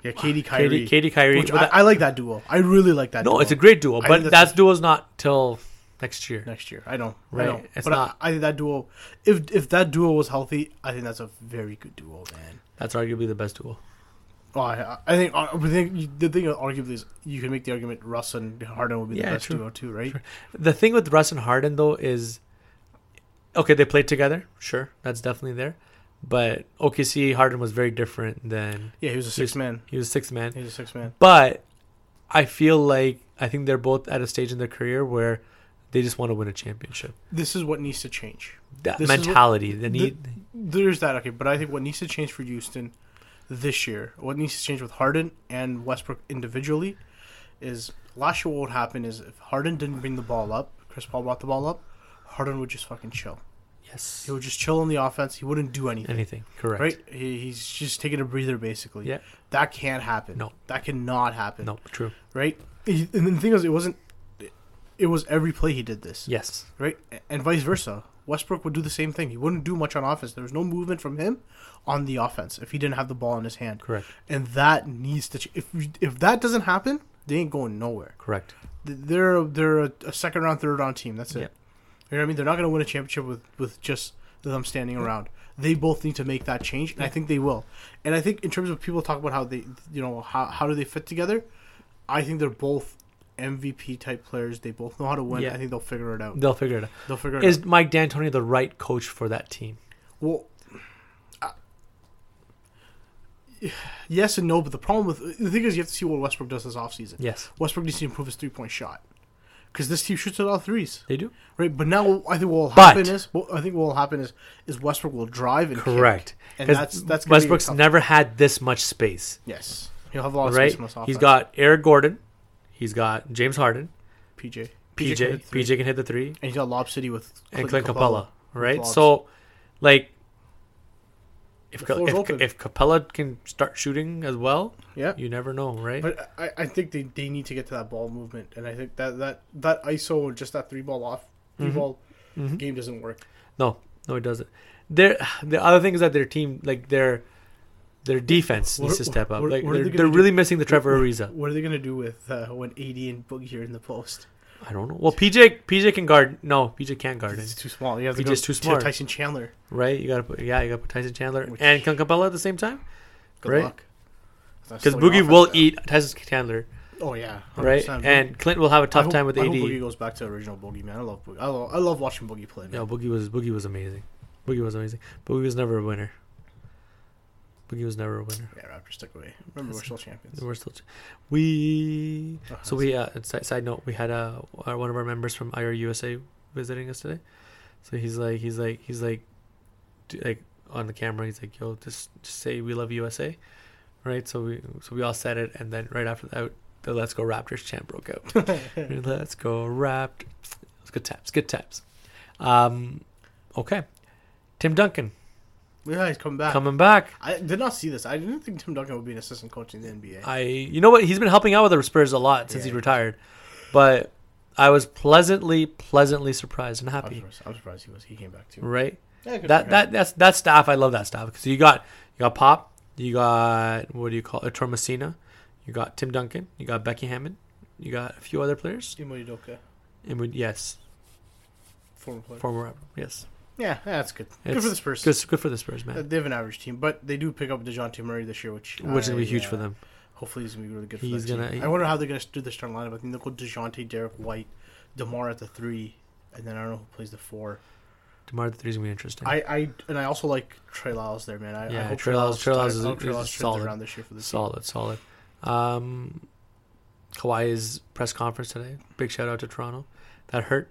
Speaker 2: Yeah, Katie
Speaker 1: Katie,
Speaker 2: Kyrie.
Speaker 1: Katie Kyrie.
Speaker 2: which
Speaker 1: Well,
Speaker 2: I,
Speaker 1: that-
Speaker 2: I like that duo. I really like that.
Speaker 1: no,
Speaker 2: duo.
Speaker 1: it's a great duo, but
Speaker 2: I think that's-
Speaker 1: that duo's not till next year.
Speaker 2: next year. I know,
Speaker 1: Right,
Speaker 2: I know.
Speaker 1: it's
Speaker 2: but I-
Speaker 1: not-
Speaker 2: I, think that duo, if if that duo was healthy, I think that's a very good duo, man.
Speaker 1: That's arguably the best duo.
Speaker 2: Oh, I, I think I think the thing arguably is you can make the argument Russ and Harden would be the
Speaker 1: Yeah,
Speaker 2: best
Speaker 1: true.
Speaker 2: duo too, right?
Speaker 1: The thing with Russ and Harden though is, okay, they played together. Sure, that's definitely there. But OKC Harden was very different than
Speaker 2: Yeah, he was a six man.
Speaker 1: he was six man.
Speaker 2: He's a six man.
Speaker 1: But I feel like I think they're both at a stage in their career where they just want to win a championship.
Speaker 2: This is what needs to change.
Speaker 1: That
Speaker 2: This is what-
Speaker 1: mentality, the
Speaker 2: th-
Speaker 1: need.
Speaker 2: There's that okay, but I think what needs to change for Houston this year, what needs to change with Harden and Westbrook individually, is last year what would happen is if Harden didn't bring the ball up, Chris Paul brought the ball up, Harden would just fucking chill.
Speaker 1: yes.
Speaker 2: He would just chill on the offense. He wouldn't do anything.
Speaker 1: Anything. Correct.
Speaker 2: Right? He, he's just taking a breather, basically.
Speaker 1: Yeah.
Speaker 2: That can't happen.
Speaker 1: No.
Speaker 2: That cannot happen.
Speaker 1: No. True.
Speaker 2: Right? He- And the thing is, it wasn't. It was every play he did this.
Speaker 1: Yes.
Speaker 2: Right? And vice versa. Westbrook would do the same thing. He wouldn't do much on offense. There was no movement from him on the offense if he didn't have the ball in his hand.
Speaker 1: Correct.
Speaker 2: And that needs to. ch- If if that doesn't happen, They ain't going nowhere.
Speaker 1: Correct.
Speaker 2: Th- They're they're a, a second round, third round team. That's it.
Speaker 3: Yep.
Speaker 2: You know what I mean? They're not going to win a championship with with just them standing around. They both need to make that change, and I think they will. And I think in terms of people talk about how they, you know, how how do they fit together? I think they're both MVP type players. They both know how to win.
Speaker 1: Yeah.
Speaker 2: I think they'll figure it out.
Speaker 1: They'll figure it out.
Speaker 2: They'll figure it out.
Speaker 1: Is Mike D'Antoni the right coach for that team?
Speaker 2: Well, I- yes and no, but the problem with the thing is you have to see what Westbrook does this offseason.
Speaker 1: Yes,
Speaker 2: Westbrook needs to improve his three point shot because this team shoots at all threes,
Speaker 1: they do.
Speaker 2: right? But now I think what will
Speaker 1: But-
Speaker 2: happen is what I think what will happen is is Westbrook will drive and kick.
Speaker 1: Correct.
Speaker 2: And
Speaker 1: 'Cause
Speaker 2: that's- that's gonna be
Speaker 1: Westbrook's
Speaker 2: tough.
Speaker 1: never had this much space.
Speaker 2: Yes, he'll have a lot of
Speaker 1: right?
Speaker 2: space in this offense.
Speaker 1: He's got Eric Gordon, he's got James Harden,
Speaker 2: PJ,
Speaker 1: PJ,
Speaker 2: can
Speaker 1: PJ
Speaker 2: hit
Speaker 1: can,
Speaker 2: three.
Speaker 1: hit the three,
Speaker 2: and he's got Lob City with
Speaker 1: and Clint
Speaker 2: Clint
Speaker 1: Capella, right?
Speaker 2: Lob.
Speaker 1: So, like, if
Speaker 2: The
Speaker 1: Ca-
Speaker 2: floor's
Speaker 1: if,
Speaker 2: open.
Speaker 1: if Capella can start shooting as well,
Speaker 2: Yeah,
Speaker 1: you never know, right?
Speaker 2: But I, I think they, they need to get to that ball movement, and I think that that that ISO or just that three ball off 3
Speaker 1: Mm-hmm.
Speaker 2: ball game doesn't work.
Speaker 1: no, no, it doesn't. Their the other thing is that their team, like their their defense,
Speaker 2: What-
Speaker 1: needs to step up.
Speaker 2: what-
Speaker 1: like
Speaker 2: what are
Speaker 1: they're,
Speaker 2: they
Speaker 1: they
Speaker 2: gonna
Speaker 1: are
Speaker 2: do?
Speaker 1: really missing the Trevor Ariza.
Speaker 2: What are they gonna do with uh, when AD and Boogie are in the post?
Speaker 1: I don't know. Well, PJ PJ can guard. No, PJ can't guard.
Speaker 2: It's too small. You have to
Speaker 1: He's
Speaker 2: go
Speaker 1: just too
Speaker 2: to
Speaker 1: smart.
Speaker 2: Tyson Chandler.
Speaker 1: Right? You gotta put yeah, you gotta put Tyson Chandler
Speaker 2: Which-
Speaker 1: and Clint Capella at the same time.
Speaker 2: Good
Speaker 1: Right.
Speaker 2: luck. That's
Speaker 1: Because
Speaker 2: so many
Speaker 1: Boogie will
Speaker 2: offense now.
Speaker 1: eat Tyson Chandler,
Speaker 2: Oh yeah,
Speaker 1: right?
Speaker 2: 100%.
Speaker 1: And Clint will have a
Speaker 2: I
Speaker 1: tough
Speaker 2: hope,
Speaker 1: time with
Speaker 2: I
Speaker 1: AD.
Speaker 2: hope Boogie goes back to original Boogie man. I love Boogie. I love, I love watching Boogie play. Man.
Speaker 1: No, Boogie was Boogie was amazing. Boogie was amazing. Boogie was never a winner. Boogie was never a winner.
Speaker 2: Yeah, Raptors stick away. Remember, we're still champions.
Speaker 1: We're still, we
Speaker 2: Uh-huh.
Speaker 1: so we uh, side, side note we had uh our, one of our members from IRUSA visiting us today, so he's like he's like he's like, d- like on the camera he's like yo just just say we love USA, right? So we so we all said it and then right after that the Let's Go Raptors chant broke out. Let's go Rapt. It's good taps, good taps. Um, okay, Tim Duncan
Speaker 2: yeah, he's coming back.
Speaker 1: coming back.
Speaker 2: I did not see this. I didn't think Tim Duncan would be an assistant coach in the NBA.
Speaker 1: I you know what he's been helping out with the Spurs a lot since
Speaker 2: Yeah.
Speaker 1: he retired, but I was pleasantly pleasantly surprised and
Speaker 2: I'm
Speaker 1: happy.
Speaker 2: surprised, I'm surprised he was. He came back too.
Speaker 1: Right?
Speaker 2: Yeah, good for
Speaker 1: That
Speaker 2: him.
Speaker 1: that that's that staff. I love that staff because you got you got Pop, you got what do you call it, Tormacina, you got Tim Duncan, you got Becky Hammond, you got a few other players.
Speaker 2: Imo Udoka,
Speaker 1: And we, yes,
Speaker 2: former player.
Speaker 1: former yes,
Speaker 2: Yeah, that's good. good
Speaker 1: It's
Speaker 2: for the Spurs.
Speaker 1: good good for the Spurs
Speaker 2: Uh,
Speaker 1: man,
Speaker 2: They have an average team, but they do pick up Dejounte Murray this year, which
Speaker 1: which is gonna be
Speaker 2: I,
Speaker 1: huge
Speaker 2: uh,
Speaker 1: for them.
Speaker 2: Hopefully, he's gonna be really good. For
Speaker 1: He's
Speaker 2: that
Speaker 1: gonna-
Speaker 2: Team. I wonder how they're gonna do this starting lineup. I think they'll go Dejounte, Derek White, Demar at the three, and then I don't know who plays the four.
Speaker 1: Tomorrow the three's gonna be interesting.
Speaker 2: I, I and I also like Trey Lyles there, man. I, I
Speaker 1: Yeah,
Speaker 2: hope
Speaker 1: Trey Lyles- Trey
Speaker 2: I- I
Speaker 1: Lyles is-
Speaker 2: hope Trey
Speaker 1: is
Speaker 2: Lyles turns it
Speaker 1: solid.
Speaker 2: around this year for the team.
Speaker 1: Solid, solid. Um, Kawhi's press conference today. Big shout out to Toronto. That hurt.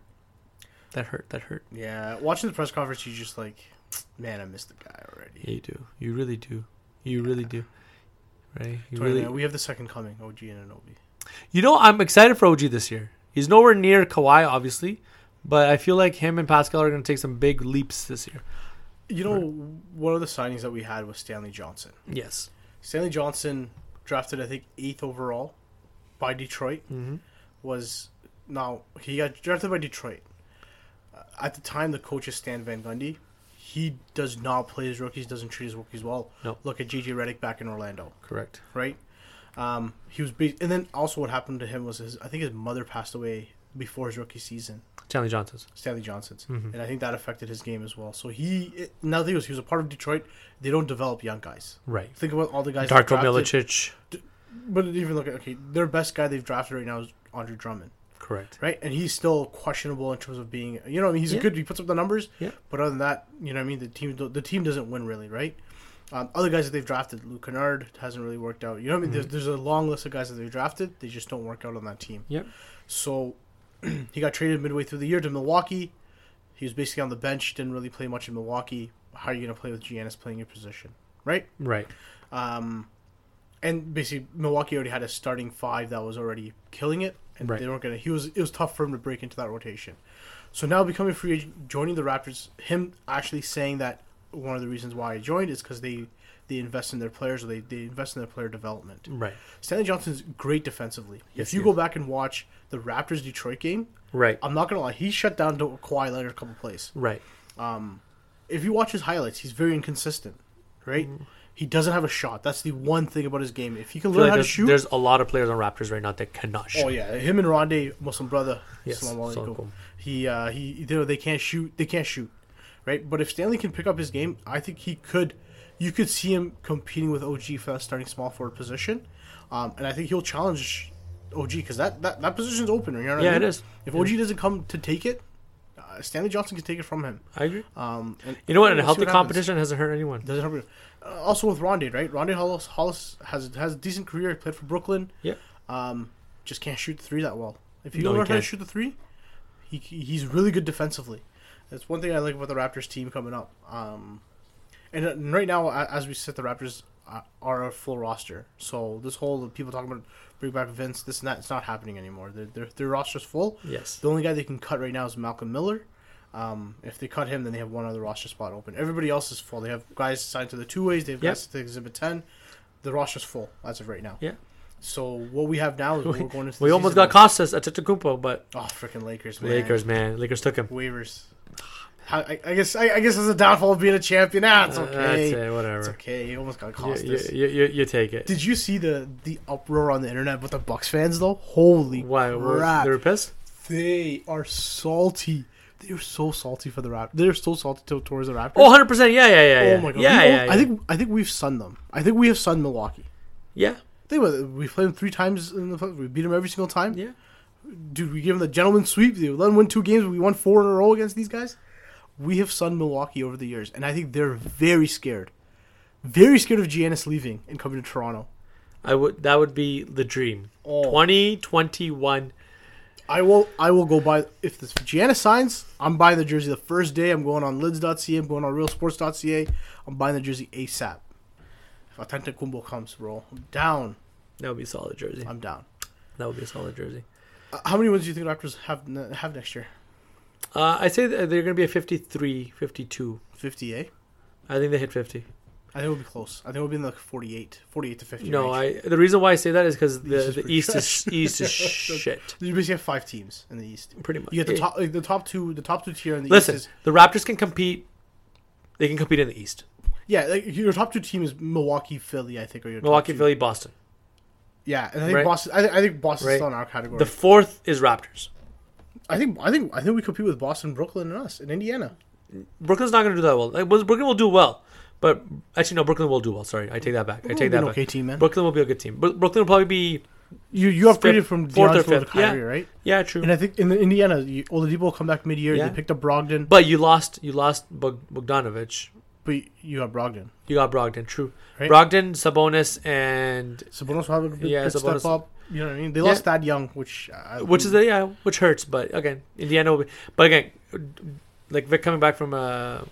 Speaker 1: That hurt. That hurt.
Speaker 2: Yeah, watching the press conference, you just like, man, I missed the guy already.
Speaker 1: Yeah, you do. You really do. You really do. Right. You
Speaker 2: Sorry,
Speaker 1: really.
Speaker 2: man, we have the second coming, OG and Anobi.
Speaker 1: You know, I'm excited for OG this year. He's nowhere near Kawhi, obviously, but I feel like him and Pascal are going to take some big leaps this year.
Speaker 2: You know, one of the signings that we had was Stanley Johnson.
Speaker 1: Yes.
Speaker 2: Stanley Johnson, drafted I think eighth overall by Detroit,
Speaker 1: Mm-hmm.
Speaker 2: was now he got drafted by Detroit. Uh, At the time, the coach is Stan Van Gundy. He does not play his rookies, doesn't treat his rookies well.
Speaker 1: No.
Speaker 2: Look at JJ Redick back in Orlando,
Speaker 1: Correct.
Speaker 2: right? Um, he was, be- and then also what happened to him was his. I think his mother passed away before his rookie season.
Speaker 1: Stanley Johnson's.
Speaker 2: Stanley Johnson's,
Speaker 1: Mhm.
Speaker 2: and I think that affected his game as well. So he it, now that he was he was a part of Detroit, they don't develop young guys.
Speaker 1: Right.
Speaker 2: Think about all the guys. they've
Speaker 1: Darko
Speaker 2: drafted,
Speaker 1: Milicic.
Speaker 2: But even look at okay, their best guy they've drafted right now is Andre Drummond,
Speaker 1: Correct.
Speaker 2: right? And he's still questionable in terms of being, you know, what I mean, he's
Speaker 1: Yeah.
Speaker 2: good. He puts up the numbers,
Speaker 1: Yeah.
Speaker 2: But other than that, you know, what I mean, the team do- the team doesn't win really, right? Um, other guys that they've drafted, Luke Kennard hasn't really worked out. You know, what I mean, there's,
Speaker 1: Mm-hmm.
Speaker 2: there's a long list of guys that they've drafted. They just don't work out on that team.
Speaker 1: Yep.
Speaker 2: So he got traded midway through the year to Milwaukee. He was basically on the bench, didn't really play much in Milwaukee. How are you going to play with Giannis playing your position, right?
Speaker 1: Right.
Speaker 2: Um, and basically, Milwaukee already had a starting five that was already killing it, and
Speaker 1: Right.
Speaker 2: they weren't going to. He was it was tough for him to break into that rotation. So now becoming a free agent, joining the Raptors, him actually saying that one of the reasons why I joined is because they they invest in their players or they, they invest in their player development.
Speaker 1: Right.
Speaker 2: Stanley Johnson's great defensively.
Speaker 1: Yes,
Speaker 2: if you
Speaker 1: he
Speaker 2: go
Speaker 1: is.
Speaker 2: back and watch the Raptors Detroit game,
Speaker 1: Right.
Speaker 2: I'm not gonna lie, he shut down Do- Kawhi Leonard a couple plays.
Speaker 1: Right. Mm-hmm.
Speaker 2: If you watch his highlights, he's very inconsistent, right? He doesn't have a shot. That's the one thing about his game. If he can
Speaker 1: I feel like
Speaker 2: learn how to
Speaker 1: there's,
Speaker 2: shoot,
Speaker 1: there's a lot of players on Raptors right now that cannot shoot.
Speaker 2: oh yeah, him and Rondé, Muslim brother,
Speaker 1: Yes, Assalamu
Speaker 2: Assalamu alaikum.
Speaker 1: alaikum.
Speaker 2: He uh, he, you know, they can't shoot. They can't shoot, right? But if Stanley can pick up his game, I think he could. You could see him competing with OG for that starting small forward position, um, and I think he'll challenge OG because that, that that position's open. You know what I
Speaker 1: Yeah,
Speaker 2: mean?
Speaker 1: it is.
Speaker 2: If OG doesn't come to take it, uh, Stanley Johnson can take it from him.
Speaker 1: I agree.
Speaker 2: Um, and
Speaker 1: You know what? And a
Speaker 2: we'll
Speaker 1: healthy
Speaker 2: see what happens.
Speaker 1: competition hasn't hurt anyone.
Speaker 2: Doesn't help you. Uh, also with Rondé, right? Rondé Hollis, Hollis has has a decent career. He played for Brooklyn.
Speaker 1: Yeah.
Speaker 2: Um, just can't shoot the three that well. If you
Speaker 1: No,
Speaker 2: don't
Speaker 1: he
Speaker 2: learn how to
Speaker 1: can't.
Speaker 2: shoot the three, he he's really good defensively. That's one thing I like about the Raptors team coming up. Um, and, uh, and right now, a- as we sit, the Raptors uh, are a full roster. So this whole of people talking about bring back Vince, this and that, it's not happening anymore. Their their, their roster's full.
Speaker 1: Yes.
Speaker 2: The only guy they can cut right now is Malcolm Miller. Um, if they cut him, then they have one other roster spot open. Everybody else is full. They have guys signed to the two ways. They have
Speaker 1: Yep.
Speaker 2: guys to Exhibit Ten. The roster's full as of right now.
Speaker 1: Yeah.
Speaker 2: So what we have now is we're going into.
Speaker 1: We
Speaker 2: the
Speaker 1: almost
Speaker 2: season
Speaker 1: got Costas at Tetakumpo, but
Speaker 2: with- Oh, freaking Lakers! Man.
Speaker 1: Lakers, man, Lakers took him.
Speaker 2: waivers. How, I, I guess I, I guess that's a downfall of being a champion. Ah, it's
Speaker 1: Uh,
Speaker 2: okay.
Speaker 1: that's it, whatever.
Speaker 2: It's okay. You almost got
Speaker 1: You-
Speaker 2: cost
Speaker 1: you, you, you, you take it.
Speaker 2: Did you see the the uproar on the internet with the Bucks fans though? Holy
Speaker 1: Why? were-
Speaker 2: crap!
Speaker 1: They were pissed.
Speaker 2: They are salty. They are so salty for the Raptors. They're so salty to- towards the Raptors.
Speaker 1: Oh, 100 percent. Yeah, yeah, yeah, yeah.
Speaker 2: Oh my god!
Speaker 1: Yeah,
Speaker 2: We-
Speaker 1: yeah, yeah.
Speaker 2: I think I think we've sunned them. I think we have sunned Milwaukee.
Speaker 1: Yeah,
Speaker 2: Think about it. We played them three times in the play- we beat them every single time.
Speaker 1: yeah.
Speaker 2: Dude, we gave them the gentleman sweep. They let them win two games. We won four in a row against these guys. We have sunned Milwaukee over the years, and I think they're very scared, very scared of Giannis leaving and coming to Toronto.
Speaker 1: I would. That would be the dream.
Speaker 2: Oh.
Speaker 1: 2021.
Speaker 2: I will. I will go buy if this if Giannis signs. I'm buying the jersey the first day. I'm going on lids.ca. I'm going on realsports.ca. I'm buying the jersey ASAP. If Atente Kumbo comes, bro, I'm down.
Speaker 1: That would be a solid jersey.
Speaker 2: I'm down.
Speaker 1: That would be a solid jersey.
Speaker 2: Uh, how many wins do you think the Raptors have ne- have next year?
Speaker 1: Uh, I say that they're going to be a 53, 52.
Speaker 2: 50, eh?
Speaker 1: I think they hit 50.
Speaker 2: I think it'll be close. I think it'll be in like 48, 48 to 50.
Speaker 1: No,
Speaker 2: range.
Speaker 1: I. The reason why I say that is because
Speaker 2: The East
Speaker 1: the,
Speaker 2: is
Speaker 1: the
Speaker 2: pretty
Speaker 1: East is East is shit.
Speaker 2: You basically have five teams in the East.
Speaker 1: Pretty much.
Speaker 2: You get the
Speaker 1: Yeah.
Speaker 2: top, like, the top two, the top two tier in the
Speaker 1: Eh. Listen,
Speaker 2: East.
Speaker 1: the Raptors can compete. They can compete in the East.
Speaker 2: Is, yeah, like, your top two team is Milwaukee, Philly. I think are your top
Speaker 1: Milwaukee,
Speaker 2: two.
Speaker 1: Philly, Boston.
Speaker 2: Yeah, and I think
Speaker 1: Right.
Speaker 2: Boston. I, thi- I think Boston's
Speaker 1: Right.
Speaker 2: still in our category.
Speaker 1: The fourth is Raptors.
Speaker 2: I think I think I think we compete with Boston, Brooklyn, and us in Indiana.
Speaker 1: Brooklyn's not going to do that well. Like, well, Brooklyn will do well, but actually no, Brooklyn will do well. Sorry, I take that back. I
Speaker 2: Brooklyn
Speaker 1: take
Speaker 2: will be
Speaker 1: that
Speaker 2: an
Speaker 1: back.
Speaker 2: okay team, man.
Speaker 1: Brooklyn will be a good team. Bro- Brooklyn will probably be
Speaker 2: You you upgraded from
Speaker 1: fourth or
Speaker 2: D'Angelo to
Speaker 1: fifth, yeah.
Speaker 2: Kyrie, right?
Speaker 1: yeah, true.
Speaker 2: And I think in the Indiana, you, Oladipo will come back mid year.
Speaker 1: Yeah.
Speaker 2: They picked up Brogdon,
Speaker 1: But you lost. You lost Bog- Bogdanovich.
Speaker 2: but you have Brogdon.
Speaker 1: You got Brogdon. True.
Speaker 2: Right.
Speaker 1: Brogdon, Sabonis, and
Speaker 2: Sabonis will have a good,
Speaker 1: Yeah,
Speaker 2: good
Speaker 1: Sabonis-
Speaker 2: step up. You know what I mean? They
Speaker 1: Yeah.
Speaker 2: lost Thad Young, which uh,
Speaker 1: which is a, yeah, which hurts. But again, Indiana will be. But again, like Vic coming back from a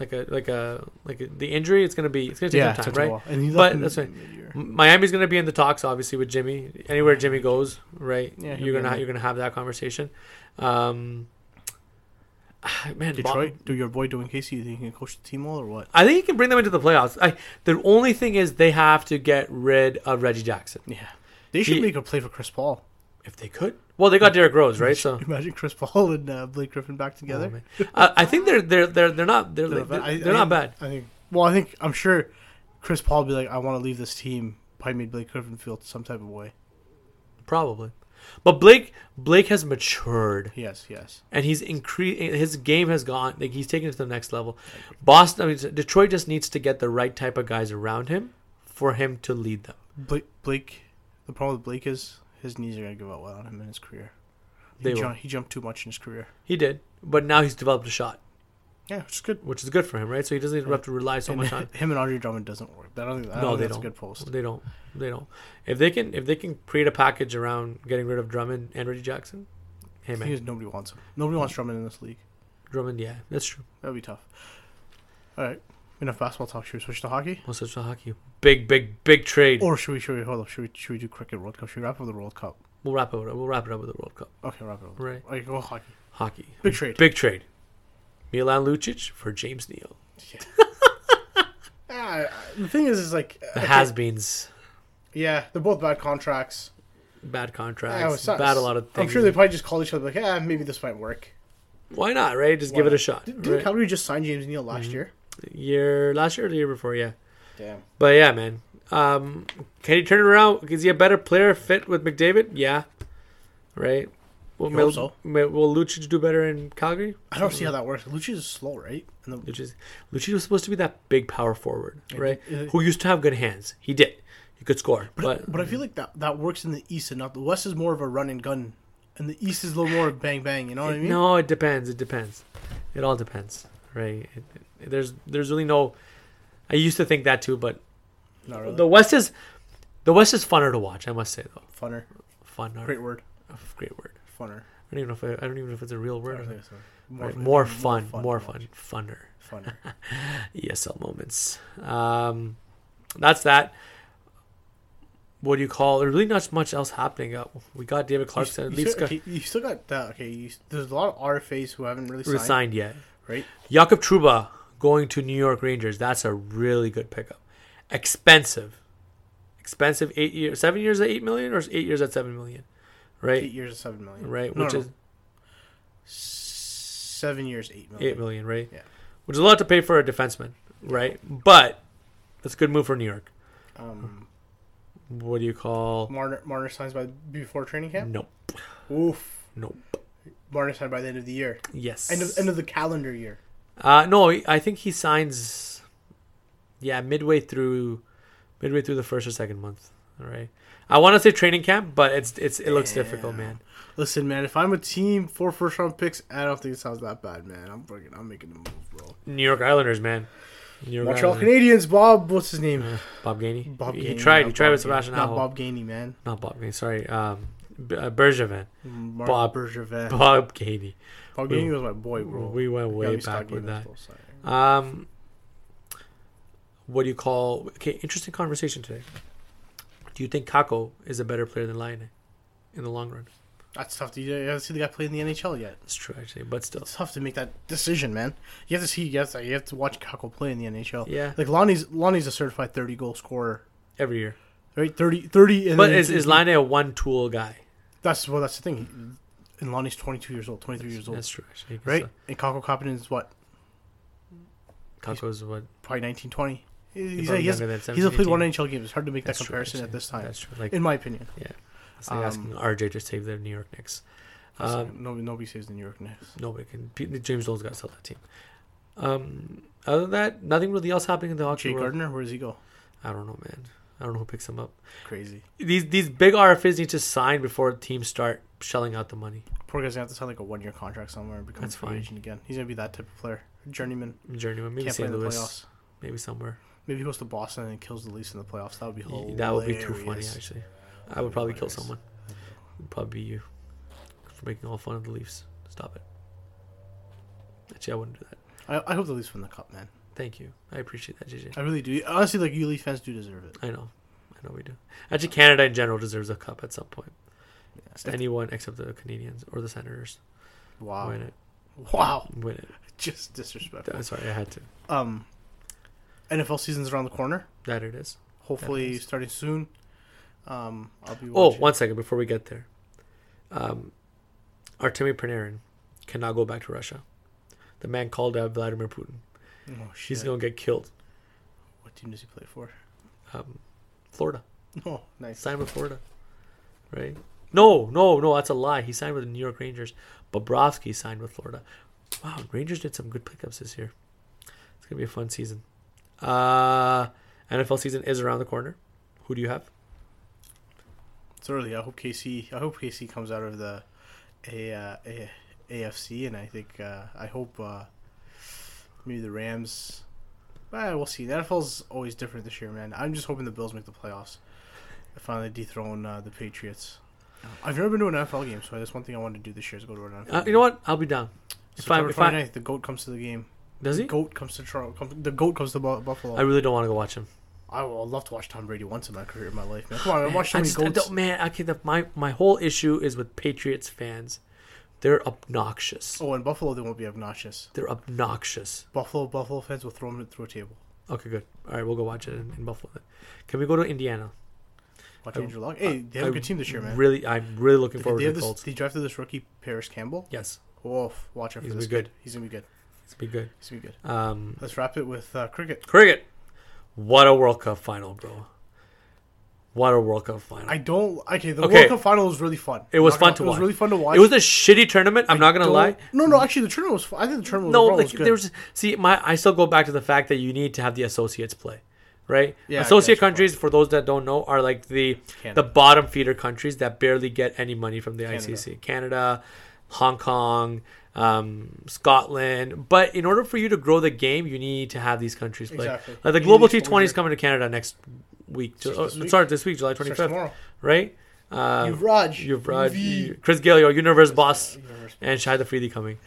Speaker 1: like a like a like a, the injury, it's gonna be it's gonna take
Speaker 2: yeah, it
Speaker 1: some
Speaker 2: took
Speaker 1: time,
Speaker 2: a
Speaker 1: right?
Speaker 2: while. And he
Speaker 1: But
Speaker 2: left in
Speaker 1: that's right.
Speaker 2: mid-year.
Speaker 1: M- Miami's gonna be in the talks, obviously, with Jimmy. Anywhere Jimmy goes, right?
Speaker 2: Yeah, he'll
Speaker 1: you're gonna
Speaker 2: be in
Speaker 1: ha-
Speaker 2: there.
Speaker 1: you're gonna have that conversation. Um, man, Bo-
Speaker 2: Detroit, do your boy doing Casey? You think he can coach the team well or what?
Speaker 1: I think he can bring them into the playoffs. I, the only thing is they have to get rid of Reggie Jackson
Speaker 2: Yeah, they should
Speaker 1: He-
Speaker 2: make a play for Chris Paul.
Speaker 1: if they could. Well, they
Speaker 2: Mm.
Speaker 1: got Derrick Rose, right? So
Speaker 2: Imagine Chris Paul and uh, Blake Griffin back together.
Speaker 1: Oh, man. I, I think they're they're they're they're not they're they're,
Speaker 2: They're not bad. I-
Speaker 1: they're
Speaker 2: I
Speaker 1: not
Speaker 2: think-
Speaker 1: bad.
Speaker 2: I think. Well, I think I'm sure Chris Paul would be like, I want to leave this team. Probably made Blake Griffin feel some type of way.
Speaker 1: Probably. But Blake Blake has matured
Speaker 2: Yes, yes.
Speaker 1: and he's increased his game has gone like he's taken it to the next level. Boston I mean Detroit just needs to get the right type of guys around him for him to lead them.
Speaker 2: Blake, Blake. The problem with Blake is his knees are gonna give out well on him in his career.
Speaker 1: They
Speaker 2: He,
Speaker 1: will.
Speaker 2: jump, he jumped too much in his career.
Speaker 1: He did, but now he's developed a shot,
Speaker 2: Yeah, which is good.
Speaker 1: which is good for him, right? So he doesn't even have to rely so
Speaker 2: and
Speaker 1: much on
Speaker 2: him and Andre Drummond doesn't work. I don't think, I
Speaker 1: No,
Speaker 2: don't
Speaker 1: they
Speaker 2: think that's
Speaker 1: don't.
Speaker 2: a good post.
Speaker 1: they don't they don't. If they can if they can create a package around getting rid of Drummond and Reggie Jackson, hey
Speaker 2: The thing
Speaker 1: man.
Speaker 2: is, nobody wants him. Nobody wants Drummond in this league.
Speaker 1: Drummond, yeah, that's true.
Speaker 2: That'd be tough. All right, enough basketball talk. Should we switch to hockey,
Speaker 1: Most of hockey. Big, big, big trade.
Speaker 2: or should we? Should we hold up? Should we? Should we do cricket World Cup? Should we wrap up the World Cup?
Speaker 1: We'll wrap it up. We'll wrap it up with the World Cup.
Speaker 2: Okay, wrap it up.
Speaker 1: Right.
Speaker 2: Okay, go hockey.
Speaker 1: Hockey.
Speaker 2: Big trade.
Speaker 1: Big trade. Milan Lucic for James Neal.
Speaker 2: Yeah, the thing is, is like
Speaker 1: The
Speaker 2: okay,
Speaker 1: has beens.
Speaker 2: Yeah, they're both bad contracts.
Speaker 1: Bad
Speaker 2: Yeah, Oh, it
Speaker 1: contracts.
Speaker 2: sucks.
Speaker 1: bad a lot of things.
Speaker 2: I'm sure they probably just called each other like, yeah, maybe this might work.
Speaker 1: Why not, right? Just
Speaker 2: Why
Speaker 1: give it a
Speaker 2: not?
Speaker 1: shot.
Speaker 2: Did,
Speaker 1: right? Mm-hmm.
Speaker 2: didn't Calgary just sign James Neal last year?
Speaker 1: year last year or the year before, yeah.
Speaker 2: Damn.
Speaker 1: But yeah, man. Um, can he turn it around? Is he a better player fit with McDavid? Yeah. Right? Will,
Speaker 2: You
Speaker 1: Mil-
Speaker 2: hope so.
Speaker 1: Mi- will Lucic do better in Calgary?
Speaker 2: I don't see how that works. Lucic is slow, right? And the,
Speaker 1: Lucic, Lucic was supposed to be that big power forward, right?
Speaker 2: uh,
Speaker 1: Who used to have good hands. He did. He could score. But,
Speaker 2: but I feel like that that works in the East and not the West is more of a run and gun, and the East is a little more bang bang. You know what I mean?
Speaker 1: No, it depends. It depends. It all depends, right? It, it- there's there's really no. I used to think that too, but
Speaker 2: Not really.
Speaker 1: the West is the West is funner to watch. I must say though,
Speaker 2: Funner.
Speaker 1: fun. Great,
Speaker 2: Great word.
Speaker 1: great word.
Speaker 2: Funner.
Speaker 1: I don't even know if I, I don't even know if it's a real
Speaker 2: I
Speaker 1: word.
Speaker 2: don't think so.
Speaker 1: More,
Speaker 2: fun-
Speaker 1: more fun, more
Speaker 2: to
Speaker 1: fun, funner.
Speaker 2: watch. Funner.
Speaker 1: ESL moments. Um, that's that. What do you call? There's really not much else happening. Uh, we got David Clarkson. At
Speaker 2: you,
Speaker 1: least
Speaker 2: still,
Speaker 1: got
Speaker 2: okay, you still got that. Okay, you, there's a lot of RFAs who haven't really signed,
Speaker 1: resigned yet.
Speaker 2: right?
Speaker 1: Jakob Truba going to New York Rangers. That's a really good pickup. Expensive, expensive. Eight years, seven years at eight million, or eight years at seven million, right?
Speaker 2: Eight years of seven million,
Speaker 1: Right,
Speaker 2: No,
Speaker 1: which
Speaker 2: no,
Speaker 1: is
Speaker 2: seven years, eight million.
Speaker 1: eight million, right?
Speaker 2: Yeah.
Speaker 1: Which is a lot to pay for a defenseman, right? But that's a good move for New York.
Speaker 2: Um,
Speaker 1: What do you call?
Speaker 2: Marner, Marner signs by before training camp.
Speaker 1: Nope,
Speaker 2: Oof,
Speaker 1: nope.
Speaker 2: Marner signed by the end of the year,
Speaker 1: Yes.
Speaker 2: end of end of the calendar year.
Speaker 1: Uh, no, I think he signs. Yeah, midway through, midway through the first or second month. All right. I want to say training camp, but it's it's it looks difficult,
Speaker 2: Damn.
Speaker 1: man.
Speaker 2: Listen, man, if I'm a team, four first round picks, I don't think it sounds that bad, man. I'm freaking, I'm making the move, bro.
Speaker 1: New York Islanders, man. New York
Speaker 2: Montreal
Speaker 1: Islanders.
Speaker 2: Canadiens, Bob, what's his name?
Speaker 1: Bob Gainey.
Speaker 2: Bob.
Speaker 1: He
Speaker 2: Gainey,
Speaker 1: tried. He
Speaker 2: not
Speaker 1: tried
Speaker 2: Bob
Speaker 1: with
Speaker 2: Gainey.
Speaker 1: Sebastian
Speaker 2: Not
Speaker 1: Aho.
Speaker 2: Bob Gainey, man.
Speaker 1: Not Bob Gainey. Sorry. Um, B- uh, Bergevin.
Speaker 2: Mark
Speaker 1: Bob-
Speaker 2: Bergevin.
Speaker 1: Bob Gainey.
Speaker 2: Bob
Speaker 1: we-
Speaker 2: Gainey was my boy, bro.
Speaker 1: We went
Speaker 2: Gotta
Speaker 1: way
Speaker 2: be
Speaker 1: back
Speaker 2: stocky
Speaker 1: with
Speaker 2: in this
Speaker 1: that.
Speaker 2: whole side.
Speaker 1: Um, what do you call? Okay, interesting conversation today. Do you think Kako is a better player than Lyon in the long run?
Speaker 2: That's tough to. You haven't seen the guy play in the NHL yet.
Speaker 1: It's true, actually, but still.
Speaker 2: It's tough to make that decision, man. You have to see. You have to, you have to watch Kako play in the NHL.
Speaker 1: Yeah,
Speaker 2: Like Lonnie's Lonnie's a certified thirty goal scorer,
Speaker 1: every year.
Speaker 2: right? 30, 30 and
Speaker 1: But
Speaker 2: then-
Speaker 1: is is Line a one tool guy?
Speaker 2: That's well. That's the thing. And Lonnie's twenty two years old, twenty three years old,
Speaker 1: That's true. Actually, uh, I
Speaker 2: right?
Speaker 1: guess
Speaker 2: And Kako Kapanen is what
Speaker 1: so. Kako's what?
Speaker 2: probably nineteen twenty. He's,
Speaker 1: probably
Speaker 2: he has,
Speaker 1: younger than
Speaker 2: he's
Speaker 1: 17,
Speaker 2: only played one
Speaker 1: 18.
Speaker 2: NHL game. It's hard to make
Speaker 1: That's
Speaker 2: that
Speaker 1: true,
Speaker 2: comparison at
Speaker 1: actually.
Speaker 2: this time, um,
Speaker 1: That's true. Like
Speaker 2: in my opinion.
Speaker 1: It's like asking RJ to save the New York Knicks. Um,
Speaker 2: no, nobody saves the New York Knicks.
Speaker 1: nobody can. P- James Dole's got to sell that team. Um, other than that, nothing really else happening in the hockey
Speaker 2: Jay
Speaker 1: world.
Speaker 2: Gardner, where does he go?
Speaker 1: I don't know, man. I don't know who picks him up.
Speaker 2: Crazy.
Speaker 1: These these big RFAs need to sign before teams start shelling out the money.
Speaker 2: Poor guy's gonna have to sign like a one year contract somewhere and become
Speaker 1: That's
Speaker 2: a free
Speaker 1: fine.
Speaker 2: agent again. He's gonna be that type of player, journeyman.
Speaker 1: Journeyman, maybe
Speaker 2: Can't play
Speaker 1: St.
Speaker 2: in the
Speaker 1: Louis,
Speaker 2: playoffs.
Speaker 1: maybe somewhere.
Speaker 2: Maybe he goes to Boston and kills the Leafs in the playoffs. That would be hilarious.
Speaker 1: That would be too funny, actually. I would probably kill
Speaker 2: Hilarious.
Speaker 1: someone. It'd probably be you for making all fun of the Leafs. Stop it. Actually, I wouldn't do that.
Speaker 2: I, I hope the Leafs win the cup, man.
Speaker 1: Thank you. I appreciate that, JJ.
Speaker 2: I really do. Honestly, like you Leaf fans do deserve it.
Speaker 1: I know. I know we do. Actually, Canada in general deserves a cup at some point. Just
Speaker 2: If-
Speaker 1: anyone except the Canadians or the Senators
Speaker 2: Wow.
Speaker 1: win it.
Speaker 2: Wow.
Speaker 1: Win it.
Speaker 2: Just disrespectful.
Speaker 1: I'm sorry, I had to.
Speaker 2: Um, NFL season's around the corner.
Speaker 1: That it is.
Speaker 2: Hopefully,
Speaker 1: is.
Speaker 2: starting soon. Um, I'll be.
Speaker 1: Oh,
Speaker 2: watching.
Speaker 1: one second before we get there. Um, Artemi Panarin cannot go back to Russia. The man called out Vladimir Putin.
Speaker 2: Oh, shit.
Speaker 1: He's going to get killed.
Speaker 2: What team does he play for?
Speaker 1: Um, Florida.
Speaker 2: Oh, nice.
Speaker 1: Signed with Florida, right? No, no, no. That's a lie. He signed with the New York Rangers. Bobrovsky signed with Florida. Wow, Rangers did some good pickups this year. It's gonna be a fun season. Uh, NFL season is around the corner. Who do you have?
Speaker 2: It's early. I hope KC. I hope KC comes out of the a, uh, a, AFC, and I think uh, I hope uh, maybe the Rams. ah, Well, we'll see. The NFL's always different this year, man. I'm just hoping the Bills make the playoffs. I finally dethrone uh, the Patriots. I've never been to an NFL game, so that's one thing I wanted to do this year is go to an NFL.
Speaker 1: Uh, you know what? I'll be down. If I,
Speaker 2: September
Speaker 1: if I
Speaker 2: 29th, the goat comes to the game.
Speaker 1: does
Speaker 2: The
Speaker 1: he?
Speaker 2: goat comes to Toronto. Come, the goat comes to Bu- Buffalo.
Speaker 1: I really don't want to go watch him.
Speaker 2: I would love to watch Tom Brady once in my career, in my life, man. Come on, I
Speaker 1: Man,
Speaker 2: watched so
Speaker 1: I
Speaker 2: many
Speaker 1: just- I
Speaker 2: goats.
Speaker 1: don't- man, okay. The, my my whole issue is with Patriots fans. They're obnoxious.
Speaker 2: Oh, in Buffalo, they won't be obnoxious.
Speaker 1: They're obnoxious.
Speaker 2: Buffalo Buffalo fans will throw him through a table.
Speaker 1: Okay, good. All right, we'll go watch it in, in Buffalo. Then. Can we go to Indiana?
Speaker 2: Watch
Speaker 1: I-
Speaker 2: Andrew Luck. Hey, they have a
Speaker 1: I
Speaker 2: good team this year, man.
Speaker 1: Really, I'm really looking
Speaker 2: They-
Speaker 1: forward
Speaker 2: they,
Speaker 1: to
Speaker 2: have
Speaker 1: the
Speaker 2: this,
Speaker 1: Colts.
Speaker 2: they drafted this rookie Paris Campbell.
Speaker 1: Yes,
Speaker 2: Wolf, watch out for
Speaker 1: He's
Speaker 2: this.
Speaker 1: gonna be good.
Speaker 2: kid. He's gonna be good.
Speaker 1: it's be good.
Speaker 2: He's gonna be good.
Speaker 1: Um,
Speaker 2: Let's wrap it with uh, cricket.
Speaker 1: cricket. What a World Cup final, bro! What a World Cup final!
Speaker 2: I don't. Okay, the
Speaker 1: Okay.
Speaker 2: World Cup final was really fun.
Speaker 1: it was
Speaker 2: Not
Speaker 1: fun
Speaker 2: gonna-
Speaker 1: to
Speaker 2: it
Speaker 1: watch.
Speaker 2: was really fun to watch.
Speaker 1: It was a shitty tournament. I'm not gonna
Speaker 2: Don't-
Speaker 1: lie.
Speaker 2: No, no. Actually, the tournament was. Fun. I think the tournament
Speaker 1: No,
Speaker 2: overall was
Speaker 1: like
Speaker 2: good.
Speaker 1: there's see my I still go back to the fact that you need to have the associates play, right?
Speaker 2: Yeah, I
Speaker 1: Associate
Speaker 2: guess, of
Speaker 1: countries, for those that don't know, are like the the
Speaker 2: Canada.
Speaker 1: bottom feeder countries that barely get any money from the
Speaker 2: Canada.
Speaker 1: ICC. Canada, Hong Kong, um, Scotland. But in order for you to grow the game, you need to have these countries play.
Speaker 2: Exactly.
Speaker 1: Like the
Speaker 2: You need
Speaker 1: global T
Speaker 2: exposure.
Speaker 1: Twenty is coming to Canada next week. To,
Speaker 2: Starts this
Speaker 1: uh,
Speaker 2: week.
Speaker 1: sorry, this week, July twenty
Speaker 2: Starts
Speaker 1: fifth,
Speaker 2: tomorrow.
Speaker 1: right? Um,
Speaker 2: Yuvraj.
Speaker 1: you've Raj,
Speaker 2: V.
Speaker 1: Chris Gill, your universe boss,
Speaker 2: Universe
Speaker 1: and Shahid Afridi coming.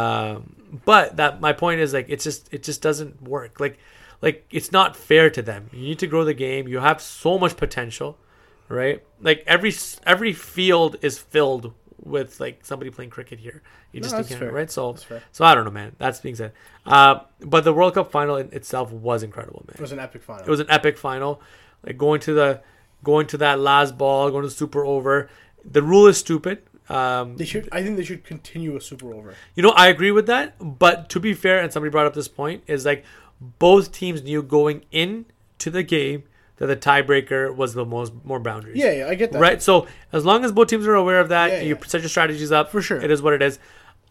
Speaker 1: Um, but that my point is like it's just it just doesn't work. Like like it's not fair to them. You need to grow the game. You have so much potential, right? Like every s- every field is filled with like somebody playing cricket here. You
Speaker 2: No,
Speaker 1: just do
Speaker 2: that's
Speaker 1: can't
Speaker 2: fair.
Speaker 1: right. So
Speaker 2: That's fair.
Speaker 1: so I don't know, man. That's being said. Uh, but the World Cup final in itself was incredible, man
Speaker 2: It was an epic final.
Speaker 1: it was an epic final. Like going to the going to that last ball, going to the super over. The rule is stupid. Um,
Speaker 2: They should. I think they should continue a Super Over.
Speaker 1: you know, I agree with that. But to be fair, and somebody brought up this point, is like both teams knew going in to the game that the tiebreaker was the most more boundaries.
Speaker 2: Yeah, yeah, I get that.
Speaker 1: Right. So as long as both teams are aware of that,
Speaker 2: Yeah,
Speaker 1: you
Speaker 2: yeah.
Speaker 1: set your strategies up.
Speaker 2: For sure.
Speaker 1: it is what it is.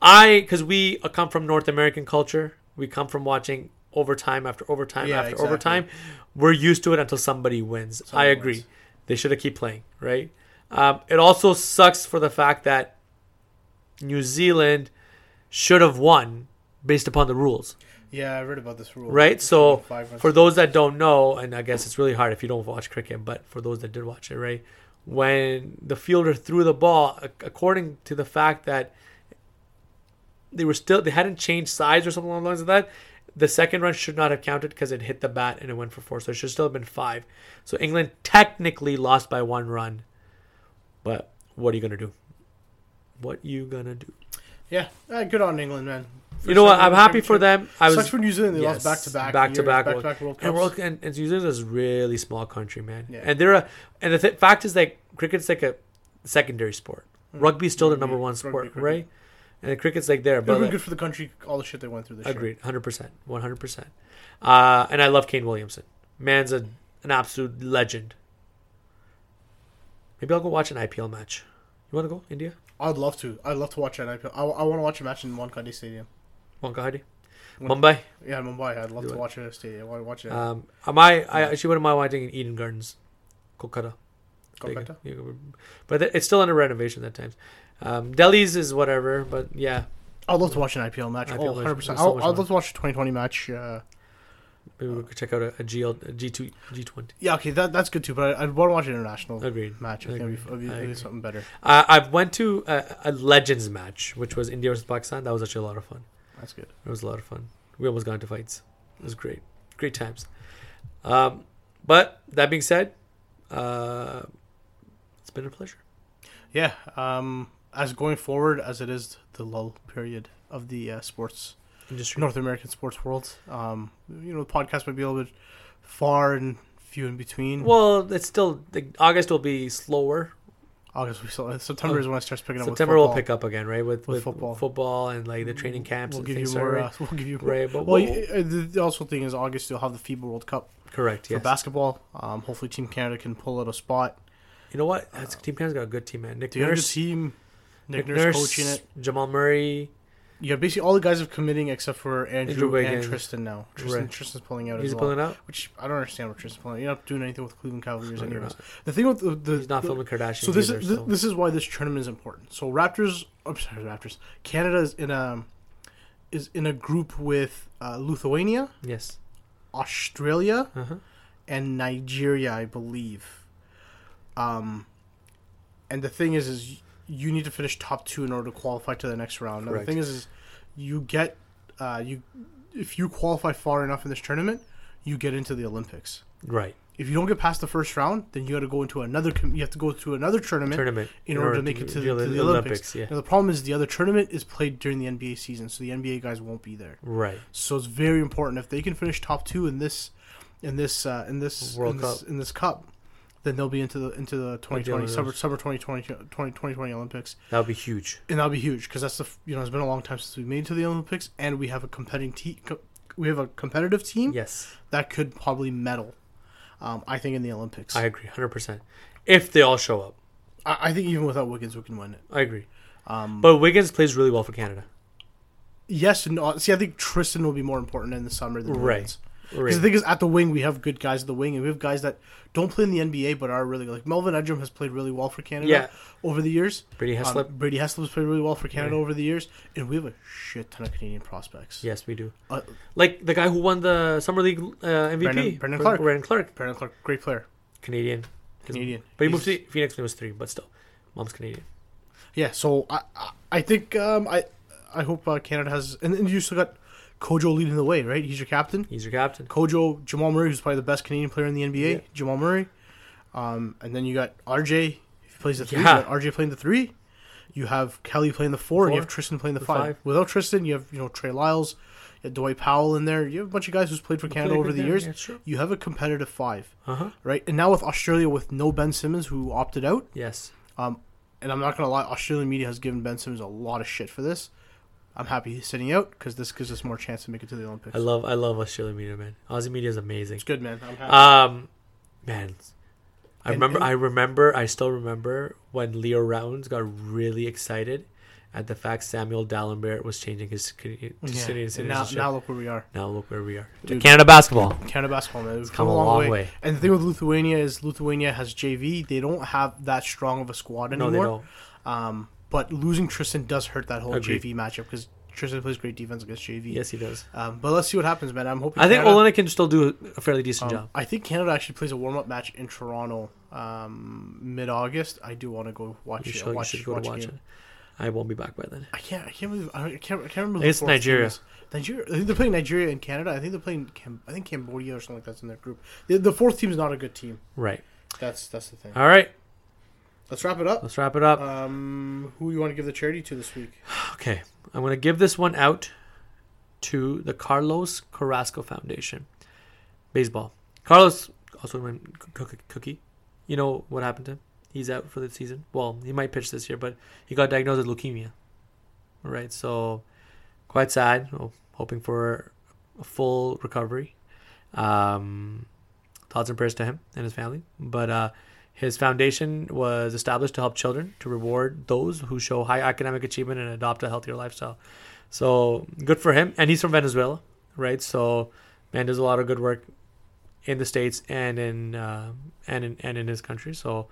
Speaker 1: I because we uh, come from North American culture. We come from watching overtime after overtime
Speaker 2: Yeah,
Speaker 1: after
Speaker 2: exactly.
Speaker 1: overtime. We're used to it until somebody wins. I agree.
Speaker 2: wins.
Speaker 1: They should have keep playing. Right. Um, it also sucks for the fact that New Zealand should have won based upon the rules
Speaker 2: Yeah, I read about this rule.
Speaker 1: right?
Speaker 2: It's
Speaker 1: So
Speaker 2: like five runs.
Speaker 1: for those that don't know, and I guess it's really hard if you don't watch cricket, but for those that did watch it, right? When the fielder threw the ball, ac- according to the fact that they were still they hadn't changed sides or something along the lines of that, the second run should not have counted because it hit the bat and it went for four, so it should still have been five. So England technically lost by one run, but what are you gonna do? What you gonna do?
Speaker 2: yeah, uh, good on England, man.
Speaker 1: you know what?
Speaker 2: First
Speaker 1: I'm
Speaker 2: ever
Speaker 1: happy for
Speaker 2: championship.
Speaker 1: them. I was
Speaker 2: Sucks for New Zealand. They
Speaker 1: Yes,
Speaker 2: lost back to back,
Speaker 1: back to back,
Speaker 2: back
Speaker 1: World-
Speaker 2: to back World Cups.
Speaker 1: And World and, and New Zealand is a really small country, man.
Speaker 2: Yeah.
Speaker 1: And they're a and the th- fact is like cricket's like a secondary sport. Rugby's still the
Speaker 2: Mm. Rugby,
Speaker 1: number one
Speaker 2: rugby,
Speaker 1: sport,
Speaker 2: cricket.
Speaker 1: right? And the cricket's like there,
Speaker 2: It would
Speaker 1: but
Speaker 2: have been
Speaker 1: like,
Speaker 2: good for the country. All the shit they went through this year.
Speaker 1: agreed, hundred percent, one hundred percent. Uh, And I love Kane Williamson. Man's a, an absolute legend. Maybe I'll go watch an IPL match. You want to go India?
Speaker 2: I'd love to. I'd love to watch that IPL. I, I want to watch a match in Wankhede Stadium.
Speaker 1: Wankhede,
Speaker 2: Wan-
Speaker 1: Mumbai.
Speaker 2: Yeah, Mumbai. I'd love
Speaker 1: Do
Speaker 2: to
Speaker 1: it.
Speaker 2: watch it at a stadium. I want to watch it. at
Speaker 1: Um, am I? I actually wouldn't mind watching in Eden Gardens, Kolkata. They-
Speaker 2: Kolkata.
Speaker 1: you could- But th- it's still under renovation at times. Um, Delhi's is whatever, but yeah,
Speaker 2: I'd love to watch an IPL match.
Speaker 1: IPL
Speaker 2: Oh,
Speaker 1: match.
Speaker 2: 100%.
Speaker 1: There's so
Speaker 2: I'll-
Speaker 1: much
Speaker 2: I'd
Speaker 1: fun.
Speaker 2: love to watch a 2020 match. Uh,
Speaker 1: maybe we could check out a, a GL, a G2, G20.
Speaker 2: yeah, okay, that, that's good too, but I, I'd want to watch an international
Speaker 1: Agreed.
Speaker 2: match. I think it'd be, it'd be,
Speaker 1: I
Speaker 2: it'd be
Speaker 1: agree.
Speaker 2: something better.
Speaker 1: I, I've went to a, a Legends match, which was India versus Pakistan. That was actually a lot of fun.
Speaker 2: That's good.
Speaker 1: It was a lot of fun. We almost got into fights. It was great. Great times. Um, but that being said, uh, it's been a pleasure.
Speaker 2: Yeah, um, as going forward as it is the lull period of the uh, sports
Speaker 1: Industry.
Speaker 2: North American sports world. Um, you know, the podcast might be a little bit far and few in between.
Speaker 1: Well, it's still like, August will be slower.
Speaker 2: August, we still, uh, September is when it starts picking up.
Speaker 1: September
Speaker 2: with
Speaker 1: will
Speaker 2: football.
Speaker 1: pick up again, right? With,
Speaker 2: With
Speaker 1: with football,
Speaker 2: football.
Speaker 1: and like the training camps.
Speaker 2: We'll
Speaker 1: and
Speaker 2: give you
Speaker 1: things
Speaker 2: more.
Speaker 1: started.
Speaker 2: Uh, we'll give you more.
Speaker 1: Right, but
Speaker 2: Well,
Speaker 1: we'll-
Speaker 2: you- uh, the the also thing is August you'll have the FIBA World Cup
Speaker 1: correct.
Speaker 2: for
Speaker 1: Yes.
Speaker 2: basketball. Um, hopefully, Team Canada can pull out a spot.
Speaker 1: You know what? That's, Team Canada's got a good team, man. Nick
Speaker 2: Do you have a good
Speaker 1: Nurse,
Speaker 2: team? Nick, Nurse, coaching it.
Speaker 1: Jamal Murray.
Speaker 2: You have basically all the guys have committing except for Andrew, and
Speaker 1: Wiggins.
Speaker 2: Tristan now. Tristan,
Speaker 1: Right.
Speaker 2: Tristan's pulling out
Speaker 1: He's
Speaker 2: as well.
Speaker 1: pulling out.
Speaker 2: Which I don't understand what Tristan's pulling. out. You're not doing anything with Cleveland Cavaliers
Speaker 1: No, you're
Speaker 2: anyways.
Speaker 1: not.
Speaker 2: The thing with the, the
Speaker 1: He's not
Speaker 2: the-
Speaker 1: filming Kardashian.
Speaker 2: So this
Speaker 1: either,
Speaker 2: is
Speaker 1: so.
Speaker 2: this is why this tournament is important. So Raptors, I'm sorry, Raptors. Canada is in a is in a group with uh, Lithuania,
Speaker 1: yes.
Speaker 2: Australia,
Speaker 1: Uh-huh.
Speaker 2: and Nigeria, I believe. Um, and the thing is, is you need to finish top two in order to qualify to the next round. Now, the
Speaker 1: Correct.
Speaker 2: thing is, is you get uh, you if you qualify far enough in this tournament, you get into the Olympics.
Speaker 1: Right.
Speaker 2: If you don't get past the first round, then you got to go into another. com- You have to go to another tournament
Speaker 1: Tournament.
Speaker 2: in order to make it to the, to the Olympics.
Speaker 1: Yeah.
Speaker 2: Now the problem is the other tournament is played during the NBA season, so the NBA guys won't be there.
Speaker 1: Right.
Speaker 2: So it's very important if they can finish top two in this, in this, uh, in this
Speaker 1: World
Speaker 2: in this,
Speaker 1: Cup.
Speaker 2: in this cup, then they'll be into the into the 2020
Speaker 1: Olympics.
Speaker 2: summer summer 2020, 2020 Olympics,
Speaker 1: That would be huge.
Speaker 2: and that'll be huge because that's the f- you know it's been a long time since we made it to the Olympics, and we have a competing team. Co- we have a competitive team
Speaker 1: Yes,
Speaker 2: that could probably medal. Um, I think in the Olympics,
Speaker 1: I
Speaker 2: I,
Speaker 1: agree, hundred percent. If they all show up,
Speaker 2: I, think even without Wiggins, we can win it.
Speaker 1: I agree.
Speaker 2: Um,
Speaker 1: But Wiggins plays really well for Canada.
Speaker 2: yes and no. See, I think Tristan will be more important in the summer than
Speaker 1: Right.
Speaker 2: Wiggins.
Speaker 1: Right.
Speaker 2: Because the thing is, at the wing, we have good guys at the wing, and we have guys that don't play in the NBA but are really good. Like Melvin Edram has played really well for Canada
Speaker 1: Yeah.
Speaker 2: over the years.
Speaker 1: Brady
Speaker 2: Um,
Speaker 1: Heslop.
Speaker 2: Brady Heslop has played really well for Canada over the years, and we have a shit ton of Canadian prospects.
Speaker 1: yes, we do.
Speaker 2: Uh,
Speaker 1: Like the guy who won the summer league uh, MVP,
Speaker 2: Brandon- Brandon
Speaker 1: Br-
Speaker 2: Clark.
Speaker 1: Brandon Clark,
Speaker 2: Brandon Clark, great player,
Speaker 1: Canadian. 'Cause-
Speaker 2: Canadian.
Speaker 1: But he
Speaker 2: He's-
Speaker 1: moved to Phoenix when he was three. But still, mom's Canadian.
Speaker 2: Yeah, so I I- I think um, I I hope uh, Canada has and, and you still got Kojo leading the way, right? He's your captain.
Speaker 1: He's your captain.
Speaker 2: Kojo Jamal Murray, who's probably the best Canadian player in the NBA.
Speaker 1: Yeah.
Speaker 2: Jamal Murray, um, and then you got RJ. If he plays the three,
Speaker 1: Yeah.
Speaker 2: you got RJ playing the three. You have Kelly playing the four, and you
Speaker 1: Four.
Speaker 2: have Tristan playing the,
Speaker 1: The
Speaker 2: five.
Speaker 1: five.
Speaker 2: Without Tristan, you have you know Trey Lyles, you have Dwight Powell in there. You have a bunch of guys who's played for Canada
Speaker 1: Played
Speaker 2: over
Speaker 1: with
Speaker 2: the
Speaker 1: them,
Speaker 2: years. Uh-huh.
Speaker 1: yeah, sure.
Speaker 2: You have a competitive five,
Speaker 1: Uh huh.
Speaker 2: right? And now with Australia with no Ben Simmons who opted out,
Speaker 1: Yes.
Speaker 2: um, and I'm not gonna lie, Australian media has given Ben Simmons a lot of shit for this. I'm happy he's sitting out because this gives us more chance to make it to the Olympics.
Speaker 1: I love I love Australian media, man. Aussie media is amazing.
Speaker 2: it's good, man. I'm happy.
Speaker 1: Um, man, I
Speaker 2: And-
Speaker 1: remember.
Speaker 2: and-
Speaker 1: I remember. I still remember when Leo Rounds got really excited at the fact Samuel Dallenberg was changing his Can- to
Speaker 2: Yeah.
Speaker 1: Canadian
Speaker 2: And now,
Speaker 1: citizenship.
Speaker 2: now
Speaker 1: Now,
Speaker 2: look where we are.
Speaker 1: look where we are.
Speaker 2: Dude.
Speaker 1: Canada basketball.
Speaker 2: Canada basketball, man. We've come, a long, way. And the thing with Lithuania is Lithuania has JV. They don't have that strong of a squad
Speaker 1: No,
Speaker 2: anymore.
Speaker 1: they don't.
Speaker 2: Um, but losing Tristan does hurt that whole
Speaker 1: Agreed.
Speaker 2: JV matchup because Tristan plays great defense against JV.
Speaker 1: Yes, he does.
Speaker 2: Um, but let's see what happens, man. I'm hoping.
Speaker 1: I think
Speaker 2: Canada-
Speaker 1: Olenek can still do a fairly decent
Speaker 2: Um,
Speaker 1: job.
Speaker 2: I think Canada actually plays a warm up match in Toronto um, mid August. I do want to go watch
Speaker 1: You
Speaker 2: it.
Speaker 1: should,
Speaker 2: watch,
Speaker 1: you should go
Speaker 2: watch
Speaker 1: to
Speaker 2: a
Speaker 1: watch
Speaker 2: game.
Speaker 1: it. I won't be back by then.
Speaker 2: I can't. I can't believe. I don't- I can't. I can't remember.
Speaker 1: It's
Speaker 2: the fourth team
Speaker 1: Nigeria.
Speaker 2: is. Nigeria. I think they're playing Nigeria and Canada. I think they're playing. Cam, I think Cambodia or something like that's in their group. The, the fourth team is not a good team.
Speaker 1: Right.
Speaker 2: That's that's the thing.
Speaker 1: All right.
Speaker 2: Let's wrap it up.
Speaker 1: Let's wrap it up.
Speaker 2: Um, who you want to give the charity to this week?
Speaker 1: Okay, I'm going to give this one out to the Carlos Carrasco Foundation. Baseball. Carlos, also named Cook- Cook- Cookie, you know what happened to him? He's out for the season. Well, he might pitch this year, but he got diagnosed with leukemia. All right, so quite sad. Oh, Hoping for a full recovery. Um, thoughts and prayers to him and his family. But uh, his foundation was established to help children, to reward those who show high academic achievement and adopt a healthier lifestyle. So good for him. And he's from Venezuela, right? So man does a lot of good work in the states and in uh, and in and in his country. So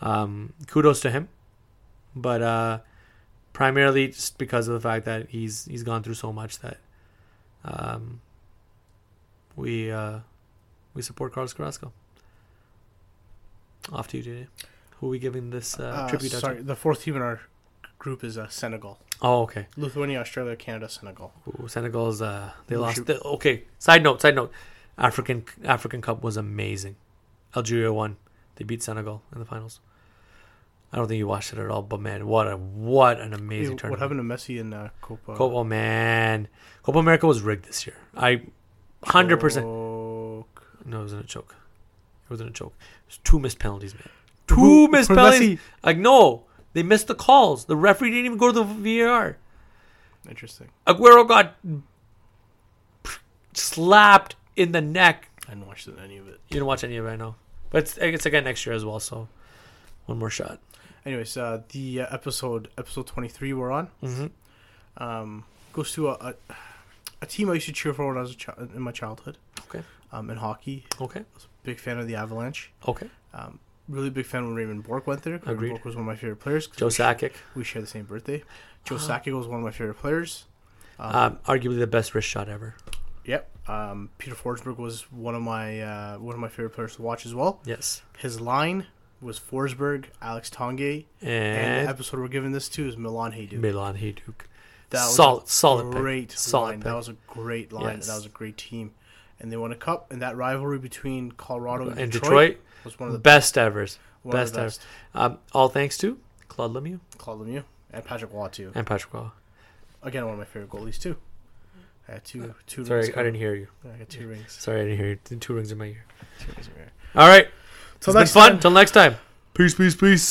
Speaker 1: um, kudos to him. But uh, primarily just because of the fact that he's he's gone through so much that um, we uh, we support Carlos Carrasco. Off to you, JJ. Who are we giving this uh,
Speaker 2: Uh,
Speaker 1: tribute out
Speaker 2: sorry,
Speaker 1: to?
Speaker 2: the fourth team in our group is uh, Senegal,
Speaker 1: Oh, okay.
Speaker 2: Lithuania, Australia, Canada, Senegal.
Speaker 1: Ooh, Senegal's uh, they
Speaker 2: Ooh,
Speaker 1: lost.
Speaker 2: shoot.
Speaker 1: The, okay, side note, side note. African African Cup was amazing. Algeria won. They beat Senegal in the finals. I don't think you watched it at all, but man, what a what an amazing
Speaker 2: Hey, what
Speaker 1: tournament.
Speaker 2: happened to Messi and uh, Copa?
Speaker 1: Copa man, Copa America was rigged this year. I hundred percent.
Speaker 2: Coke.
Speaker 1: No, it wasn't a choke. It wasn't a choke. It was two missed penalties, man. Two
Speaker 2: Who-
Speaker 1: missed
Speaker 2: for
Speaker 1: penalties.
Speaker 2: Messi?
Speaker 1: Like no, they missed the calls. The referee didn't even go to the VAR.
Speaker 2: Interesting.
Speaker 1: Aguero got slapped in the neck.
Speaker 2: I didn't watch any of it.
Speaker 1: You didn't watch any of it, I know. But it's, it's again next year as well, so one more shot.
Speaker 2: Anyways, uh, the uh, episode episode twenty three we're on
Speaker 1: Mm-hmm.
Speaker 2: um, goes to a, a a team I used to cheer for when I was a chi- in my childhood.
Speaker 1: Okay.
Speaker 2: Um, in hockey,
Speaker 1: Okay.
Speaker 2: big fan of the Avalanche.
Speaker 1: Okay.
Speaker 2: Um, really big fan when Raymond Bork went there. Raymond
Speaker 1: Agreed.
Speaker 2: Bork was one of my favorite players. 'cause
Speaker 1: Joe
Speaker 2: we share-
Speaker 1: Sakic,
Speaker 2: We share the same birthday. Joe
Speaker 1: Ah.
Speaker 2: Sakic was one of my favorite players. Um,
Speaker 1: um, arguably the best wrist shot ever.
Speaker 2: yep. Um, Peter Forsberg was one of my uh, one of my favorite players to watch as well.
Speaker 1: Yes.
Speaker 2: His line was Forsberg, Alex Tonge, and the
Speaker 1: And,
Speaker 2: episode we're giving this to is Milan Hayduk.
Speaker 1: Milan Hayduk.
Speaker 2: That was
Speaker 1: Solid, solid pick.
Speaker 2: great
Speaker 1: Solid
Speaker 2: line.
Speaker 1: pick.
Speaker 2: That was a great line.
Speaker 1: Yes.
Speaker 2: That was a great team, and they won a cup. And that rivalry between Colorado and,
Speaker 1: And
Speaker 2: Detroit,
Speaker 1: Detroit,
Speaker 2: was one of the
Speaker 1: best ever.
Speaker 2: one
Speaker 1: Best,
Speaker 2: of the best.
Speaker 1: ever. Um, all thanks to Claude Lemieux
Speaker 2: Claude Lemieux and Patrick Waugh too.
Speaker 1: and Patrick Waugh.
Speaker 2: Again, one of my favorite goalies too. I got two two
Speaker 1: Sorry, I
Speaker 2: rings.
Speaker 1: didn't hear you.
Speaker 2: I got two rings.
Speaker 1: Sorry, I didn't hear you. Two rings in my ear.
Speaker 2: Two rings in my ear.
Speaker 1: All right.
Speaker 2: Till
Speaker 1: it's been
Speaker 2: next
Speaker 1: fun.
Speaker 2: time.
Speaker 1: Till next time. Peace, peace, peace.